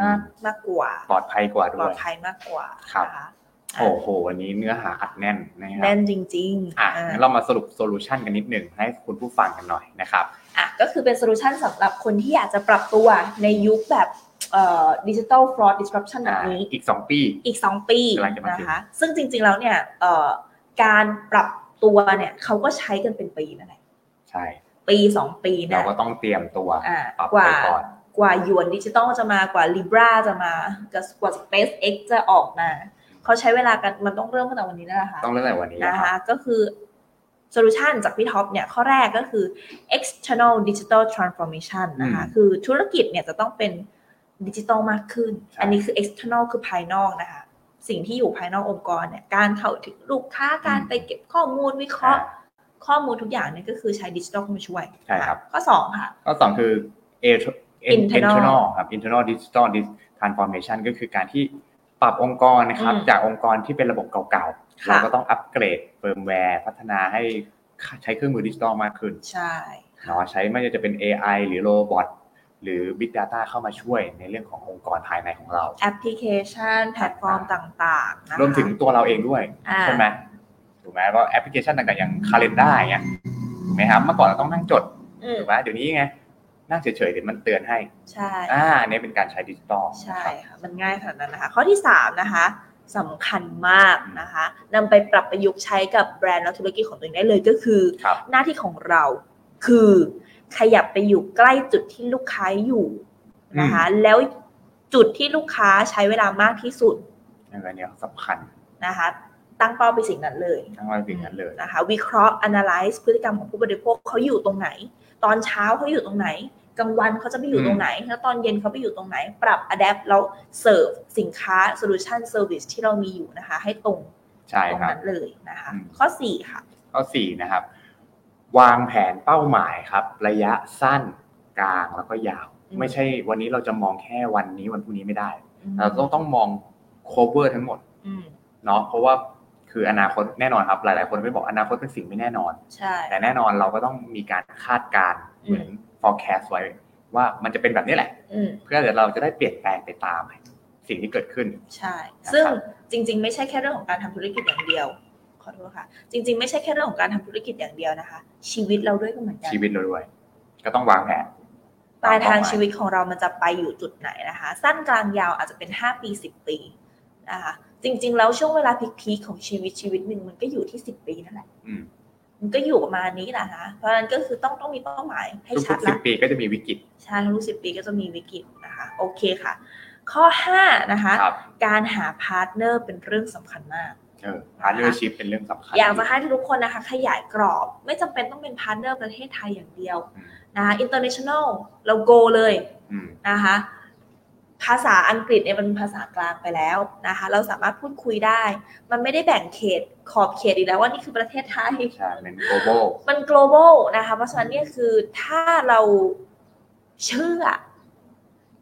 Speaker 2: มาก
Speaker 1: อืม
Speaker 2: มากกว่า
Speaker 1: ปลอดภัยกว่า
Speaker 2: ปล
Speaker 1: ด้
Speaker 2: อ
Speaker 1: ว
Speaker 2: ด
Speaker 1: ย
Speaker 2: ภัยมากกว่า
Speaker 1: ครับ
Speaker 2: นะคะ
Speaker 1: โอ้โห วันนี้เนื้อหาอัดแน่นนะครั
Speaker 2: แน่
Speaker 1: บ
Speaker 2: นจริงๆ
Speaker 1: อ่ะ
Speaker 2: อ่า
Speaker 1: งั้นเรามาสรุปโซลูชันกันนิดหนึ่งให้คุณผู้ฟังกันหน่อยนะครับ
Speaker 2: อ่ะก็คือเป็นโซลูชันสำหรับคนที่อยากจะปรับตัวในยุคแบบดิจิทัลฟรอดดิสครับชันแบ
Speaker 1: อ่า
Speaker 2: บนี้
Speaker 1: อีก 2 ปี
Speaker 2: อีก 2 ปี
Speaker 1: กำลังจะมาถึง
Speaker 2: นะคะซึ่งจริงๆแล้วเนี่ยเอ่อการปรับตัวเนี่ยเขาก็ใช้กันเป็นปีนั่นแหละ
Speaker 1: ใช่
Speaker 2: ปี 2 ปี
Speaker 1: เรา
Speaker 2: นะ
Speaker 1: ก็ต้องเตรียมตัว
Speaker 2: อ่ะ
Speaker 1: ปรับ
Speaker 2: กว่า
Speaker 1: ไปก่อน
Speaker 2: กว่าหยวนดิจิตอลจะมากว่า Libra จะมากว่า SpaceX จะออกมาเขาใช้เวลากันมันต้องเริ่มตั้งแต่วันนี้นั่นแหละค่ะ
Speaker 1: ต้องเริ่มแต่วันนี้
Speaker 2: นะ
Speaker 1: นะค
Speaker 2: คะ
Speaker 1: รับ
Speaker 2: ก็คือโซลูชันจากพี่ท็อปเนี่ยข้อแรกก็คือ external digital transformation นะคะ
Speaker 1: อืม
Speaker 2: คือธุรกิจเนี่ยจะต้องเป็น ดิจิตอลมากขึ้น
Speaker 1: ใช่
Speaker 2: อันนี้คือ external คือภายนอกนะคะ สิ่งที่อยู่ภายนอกองค์กรเนี่ย การเข้าถึงลูกค้า การไปเก็บข้อมูลวิเคราะห์ ข้อมูลทุกอย่างเนี่ยก็คือใช้ดิจิตอลเข้ามาช่วย
Speaker 1: ใช่ครับ
Speaker 2: ข้อสองค่ะ
Speaker 1: ก็สองคือ A-
Speaker 2: Internal
Speaker 1: internal ครับ internal digital dis- transformation ก็คือการที่ปรับองค์กรนะครับ
Speaker 2: อืม
Speaker 1: จากองค์กรที่เป็นระบบเก่าๆ
Speaker 2: ค่ะ
Speaker 1: เราก็ต้องอัปเกรดเฟิร์มแวร์ พัฒนาให้ใช้เครื่องมือดิจิตอลมากขึ้น
Speaker 2: ใช่
Speaker 1: เนาะใช้ไม่ว่าจะเป็น AI หรือโรบอทหรือ Big Data เข้ามาช่วยในเรื่องขององค์กรภายในของเรา
Speaker 2: แอปพลิเคชัน แพลตฟอร์มต่างๆนะคะ
Speaker 1: รวมถึงตัวเราเองด้วย
Speaker 2: อ่า
Speaker 1: ใช่ไหมถูกไหมว่าแอปพลิเคชันต่างๆ อย่างคาล endar อย่างเงี้ยถูกไหมครับเมื่อก่อนเราต้องนั่งจด
Speaker 2: อืม
Speaker 1: ถูกไหมเดี๋ยวนี้ไงนั่งเฉยๆเดี๋ยวมันเตือนให้
Speaker 2: ใช่
Speaker 1: อ่าอันนี้เป็นการใช้ดิจิตอล
Speaker 2: ใช่
Speaker 1: นะครับ
Speaker 2: ค่ะมันง่ายขนาดนั้นนะคะ ข้อที่ 3 นะคะสำคัญมากนะคะนำไปปรับประยุกต์ใช้กับแบรนด์และธุรกิจของตัวเองได้เลยก็คือ
Speaker 1: ครับ
Speaker 2: หน้าที่ของเราคือขยับไปอยู่ใกล้จุดที่ลูกค้าอยู่นะคะ แล้วจุดที่ลูกค้าใช้เวลามากที่สุด
Speaker 1: อันนี้สำคัญ
Speaker 2: นะคะ ตั้งเป้าไปสิ่งนั้นเลย
Speaker 1: ทั้งวันสิ่งนั้นเลย
Speaker 2: นะคะวิเคราะห์ analyze พฤติกรรมของผู้บริโภคเขาอยู่ตรงไหน ตอนเช้าเขาอยู่ตรงไหนกลางวันเขาจะไปอยู่ตรงไหน แล้วตอนเย็นเขาไปอยู่ตรงไหน ปรับ adapt แล้วเสิร์ฟสินค้า solution service ที่เรามีอยู่นะคะ ให้ตรง
Speaker 1: ใช่
Speaker 2: ตรง
Speaker 1: ครับ
Speaker 2: นั้นเลยนะคะ
Speaker 1: อืม
Speaker 2: ข้อ 4 ค่ะ
Speaker 1: ข้อสี่นะครับ วางแผนเป้าหมายครับ ระยะสั้นกลางแล้วก็ยาว
Speaker 2: อืม
Speaker 1: ไม่ใช่วันนี้เราจะมองแค่วันนี้วันพรุ่งนี้ไม่ได้ เราต้องต้องมอง cover ทั้งหมด
Speaker 2: อืม
Speaker 1: เนาะเพราะว่าคืออนาคตแน่นอนครับ หลาย ๆ คนไม่บอกอนาคตเป็นสิ่งไม่แน่นอน
Speaker 2: ใช่
Speaker 1: แต่แน่นอนเราก็ต้องมีการคาดการณ์เหมือน forecast ไว้ ว่ามันจะเป็นแบบนี้แหละ
Speaker 2: อืม
Speaker 1: เพื่อเดี๋ยวเราจะได้เปลี่ยนแปลงไปตาม สิ่งที่เกิดขึ้น
Speaker 2: ใช่ ซึ่งจริงๆ ไม่ใช่แค่เรื่องของการทำธุรกิจอย่างเดียว ขอโทษค่ะ จริง ๆ ไม่ใช่แค่เรื่องของการทำธุรกิจอย่างเดียวนะคะ ชีวิตเราด้วยก็เหมือนกัน
Speaker 1: ชีวิตเราด้วย ก็ต้องวางแผน
Speaker 2: ปลายทางชีวิตของเรามันจะไปอยู่จุดไหนนะคะ สั้นกลางยาวอาจจะเป็น 5 ปี 10 ปีนะคะ จริง ๆ แล้วช่วงเวลาพีคๆของชีวิตชีวิตหนึ่งมันก็อยู่ที่ 10 ปีนั่นแหละ
Speaker 1: อืม
Speaker 2: มันก็อยู่ประมาณนี้แหละนะ เพราะฉะนั้นก็คือต้องต้องมีเป้าหมายให้
Speaker 1: ทุ
Speaker 2: ชัด
Speaker 1: กๆสิ
Speaker 2: ละ
Speaker 1: บปีก็จะมีวิกฤต
Speaker 2: ใช่ทุกสิบปีก็จะมีวิกฤตนะคะ โอเคค่ะ ข้อ 5 นะคะ
Speaker 1: ครับ
Speaker 2: การหาพาร์ทเนอร์เป็นเรื่องสำคัญมาก
Speaker 1: เออพาร์ทเนอร์ชิพเป็นเรื่องสำคัญ
Speaker 2: อยากจะให้ทุกคนนะคะ ขยายกรอบ ไม่จำเป็นต้องเป็นพาร์ทเนอร์ประเทศไทยอย่างเดียว
Speaker 1: อืม
Speaker 2: นะคะ international เราโกเลย
Speaker 1: อืม
Speaker 2: นะคะ ภาษาอังกฤษเนี่ยมันเป็นภาษากลางไปแล้วนะคะ เราสามารถพูดคุยได้ มันไม่ได้แบ่งเขตขอบเขตอีกแล้วว่านี่คือประเทศไทย
Speaker 1: ใช่เป็น global
Speaker 2: มัน global นะคะ เพราะฉะนั้นเนี่ยคือถ้าเราเชื่อ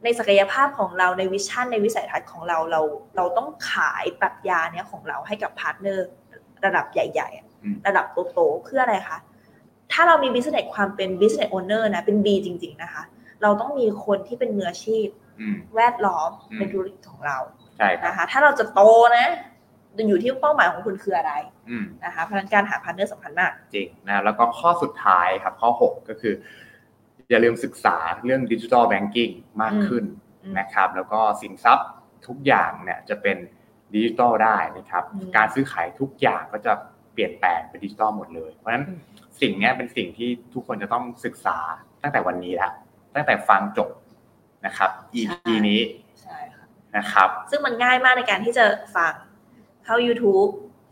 Speaker 2: ในศักยภาพของเราในวิชั่นในวิสัยทัศน์ของเราเราเราต้องขายปรัชญาเนี่ยของเราให้กับพาร์ทเนอร์ระดับใหญ่ๆอะ
Speaker 1: อืม
Speaker 2: ระดับโตๆเพื่ออะไรคะ ถ้าเรามี business ความเป็น business owner นะเป็น B จริง ๆ นะคะ เราต้องมีคนที่เป็นมืออาชีพ
Speaker 1: อืม
Speaker 2: แวดล้อม
Speaker 1: อืม
Speaker 2: ในธุรกิจของเรา
Speaker 1: ใช่ครับ
Speaker 2: นะคะ ถ้าเราจะโตนะอยู่ที่เป้าหมายของคุณคืออะไร
Speaker 1: อืม
Speaker 2: นะคะเพราะฉะนั้นการหาพาร์ทเนอร์สำคัญมาก
Speaker 1: จริงนะแล้วก็ข้อสุดท้ายครับ ข้อ 6 ก็คือ อย่าลืมศึกษาเรื่องดิจิทัลแบงกิ้งมากขึ้น
Speaker 2: อืม
Speaker 1: นะครับ แล้วก็สินทรัพย์ทุกอย่างเนี่ยจะเป็นดิจิทัลได้นะครับ
Speaker 2: อืม
Speaker 1: การซื้อขายทุกอย่างก็จะเปลี่ยนแปลงเป็นดิจิทัลหมดเลย เพราะฉะนั้น สิ่งเนี้ยเป็นสิ่งที่ทุกคนจะต้องศึกษาตั้งแต่วันนี้แล้วตั้งแต่ฟังจบนะครับ EP
Speaker 2: ใช่
Speaker 1: นี้
Speaker 2: ใช่ค่ะ
Speaker 1: นะครับ
Speaker 2: ซึ่งมันง่ายมากในการที่จะฟังเข้า YouTube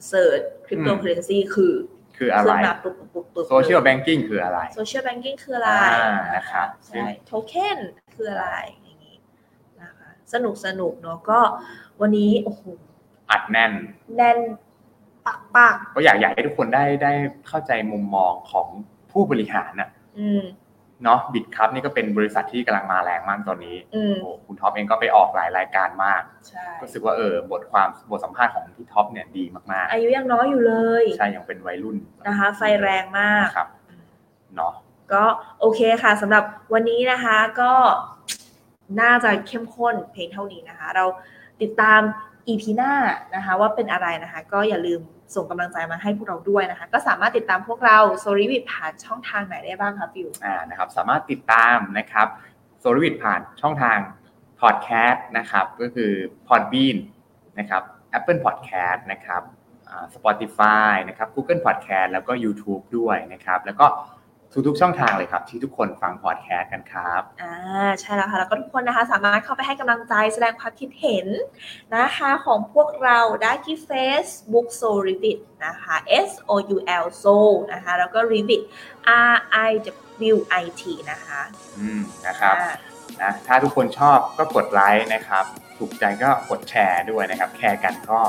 Speaker 2: เ e ิร์ชคริปโตเคอเรนซีคือ
Speaker 1: คืออะไร
Speaker 2: ขึ้นมาปุ๊บปุ๊บปุ๊บปุ๊บ
Speaker 1: Social Banking คืออะไร
Speaker 2: โซเชียลแบงกิ้งคืออะไร
Speaker 1: อ่านะครับ
Speaker 2: ใช่โทเค็นคืออะไรอย่างนี้นะคะสนุกสนุกเนาะก็วันนี้ โอ้โห
Speaker 1: อัดแน่น
Speaker 2: แน่นปักปัก
Speaker 1: ก็อยากอยากให้ทุกคนได้ได้เข้าใจมุมมองของผู้บริหารน่ะ
Speaker 2: ๆอืม
Speaker 1: เนาะบิดครับนี่ก็เป็นบริษัทที่กำลังมาแรงมากตอนนี้
Speaker 2: อืม
Speaker 1: โอ้โหคุณท็อปเองก็ไปออกหลายรายการมาก
Speaker 2: ใช่
Speaker 1: รู้สึกว่าเออบทความบทสัมภาษณ์ของพี่ท็อปเนี่ยดีมาก
Speaker 2: อายุยังน้อยอยู่เลย
Speaker 1: ๆใช่ยังเป็นวัยรุ่น
Speaker 2: นะคะ ไฟแรงมาก
Speaker 1: นะครับเนาะ
Speaker 2: ก็โอเคค่ะสำหรับวันนี้นะคะก็น่าจะเข้มข้นเพียงเท่านี้นะคะ เราติดตาม EP หน้านะคะ ว่าเป็นอะไรนะคะ ก็อย่าลืมส่งกำลังใจมาให้พวกเราด้วยนะคะ ก็สามารถติดตามพวกเราโซลิวิทผ่านช่องทางไหนได้บ้างคะฟิว
Speaker 1: อ่านะครับสามารถติดตามนะครับโซลิวิทผ่านช่องทางพอดแคสต์นะครับก็คือ Podbean นะครับ Apple Podcast นะครับอ่า Spotify นะครับ Google Podcast แล้วก็ YouTube ด้วยนะครับแล้วก็ทุกๆช่องทางเลยครับ ที่ทุกคนฟังพอดแคสต์กันครับ
Speaker 2: อ่าใช่แล้วค่ะ แล้วก็ทุกคนนะคะสามารถเข้าไปให้กำลังใจแสดงความคิดเห็นนะคะของพวกเราได้ที่ Facebook s o r i v i t นะคะ S O U L So นะคะแล้วก็ Revit R I W I T นะคะ
Speaker 1: อืมนะครับ
Speaker 2: อ่า
Speaker 1: นะถ้าทุกคนชอบก็กดไลค์นะครับ ถูกใจก็กดแชร์ด้วยนะครับ แชร์กันก็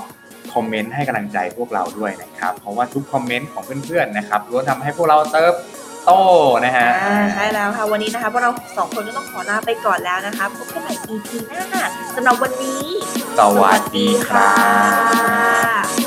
Speaker 1: คอมเมนต์ให้กำลังใจพวกเราด้วยนะครับ เพราะว่าทุกคอมเมนต์ของเพื่อนๆนะครับล้วนทำให้พวกเราเติบโตนะฮะ
Speaker 2: อ่าใช่แล้วค่ะ วันนี้นะคะพวกเราสองคนก็ต้องขอลาไปก่อนแล้วนะคะพบกันใหม่ EP หน้าสำหรับวันนี้
Speaker 1: สวัสดีครับ
Speaker 2: บ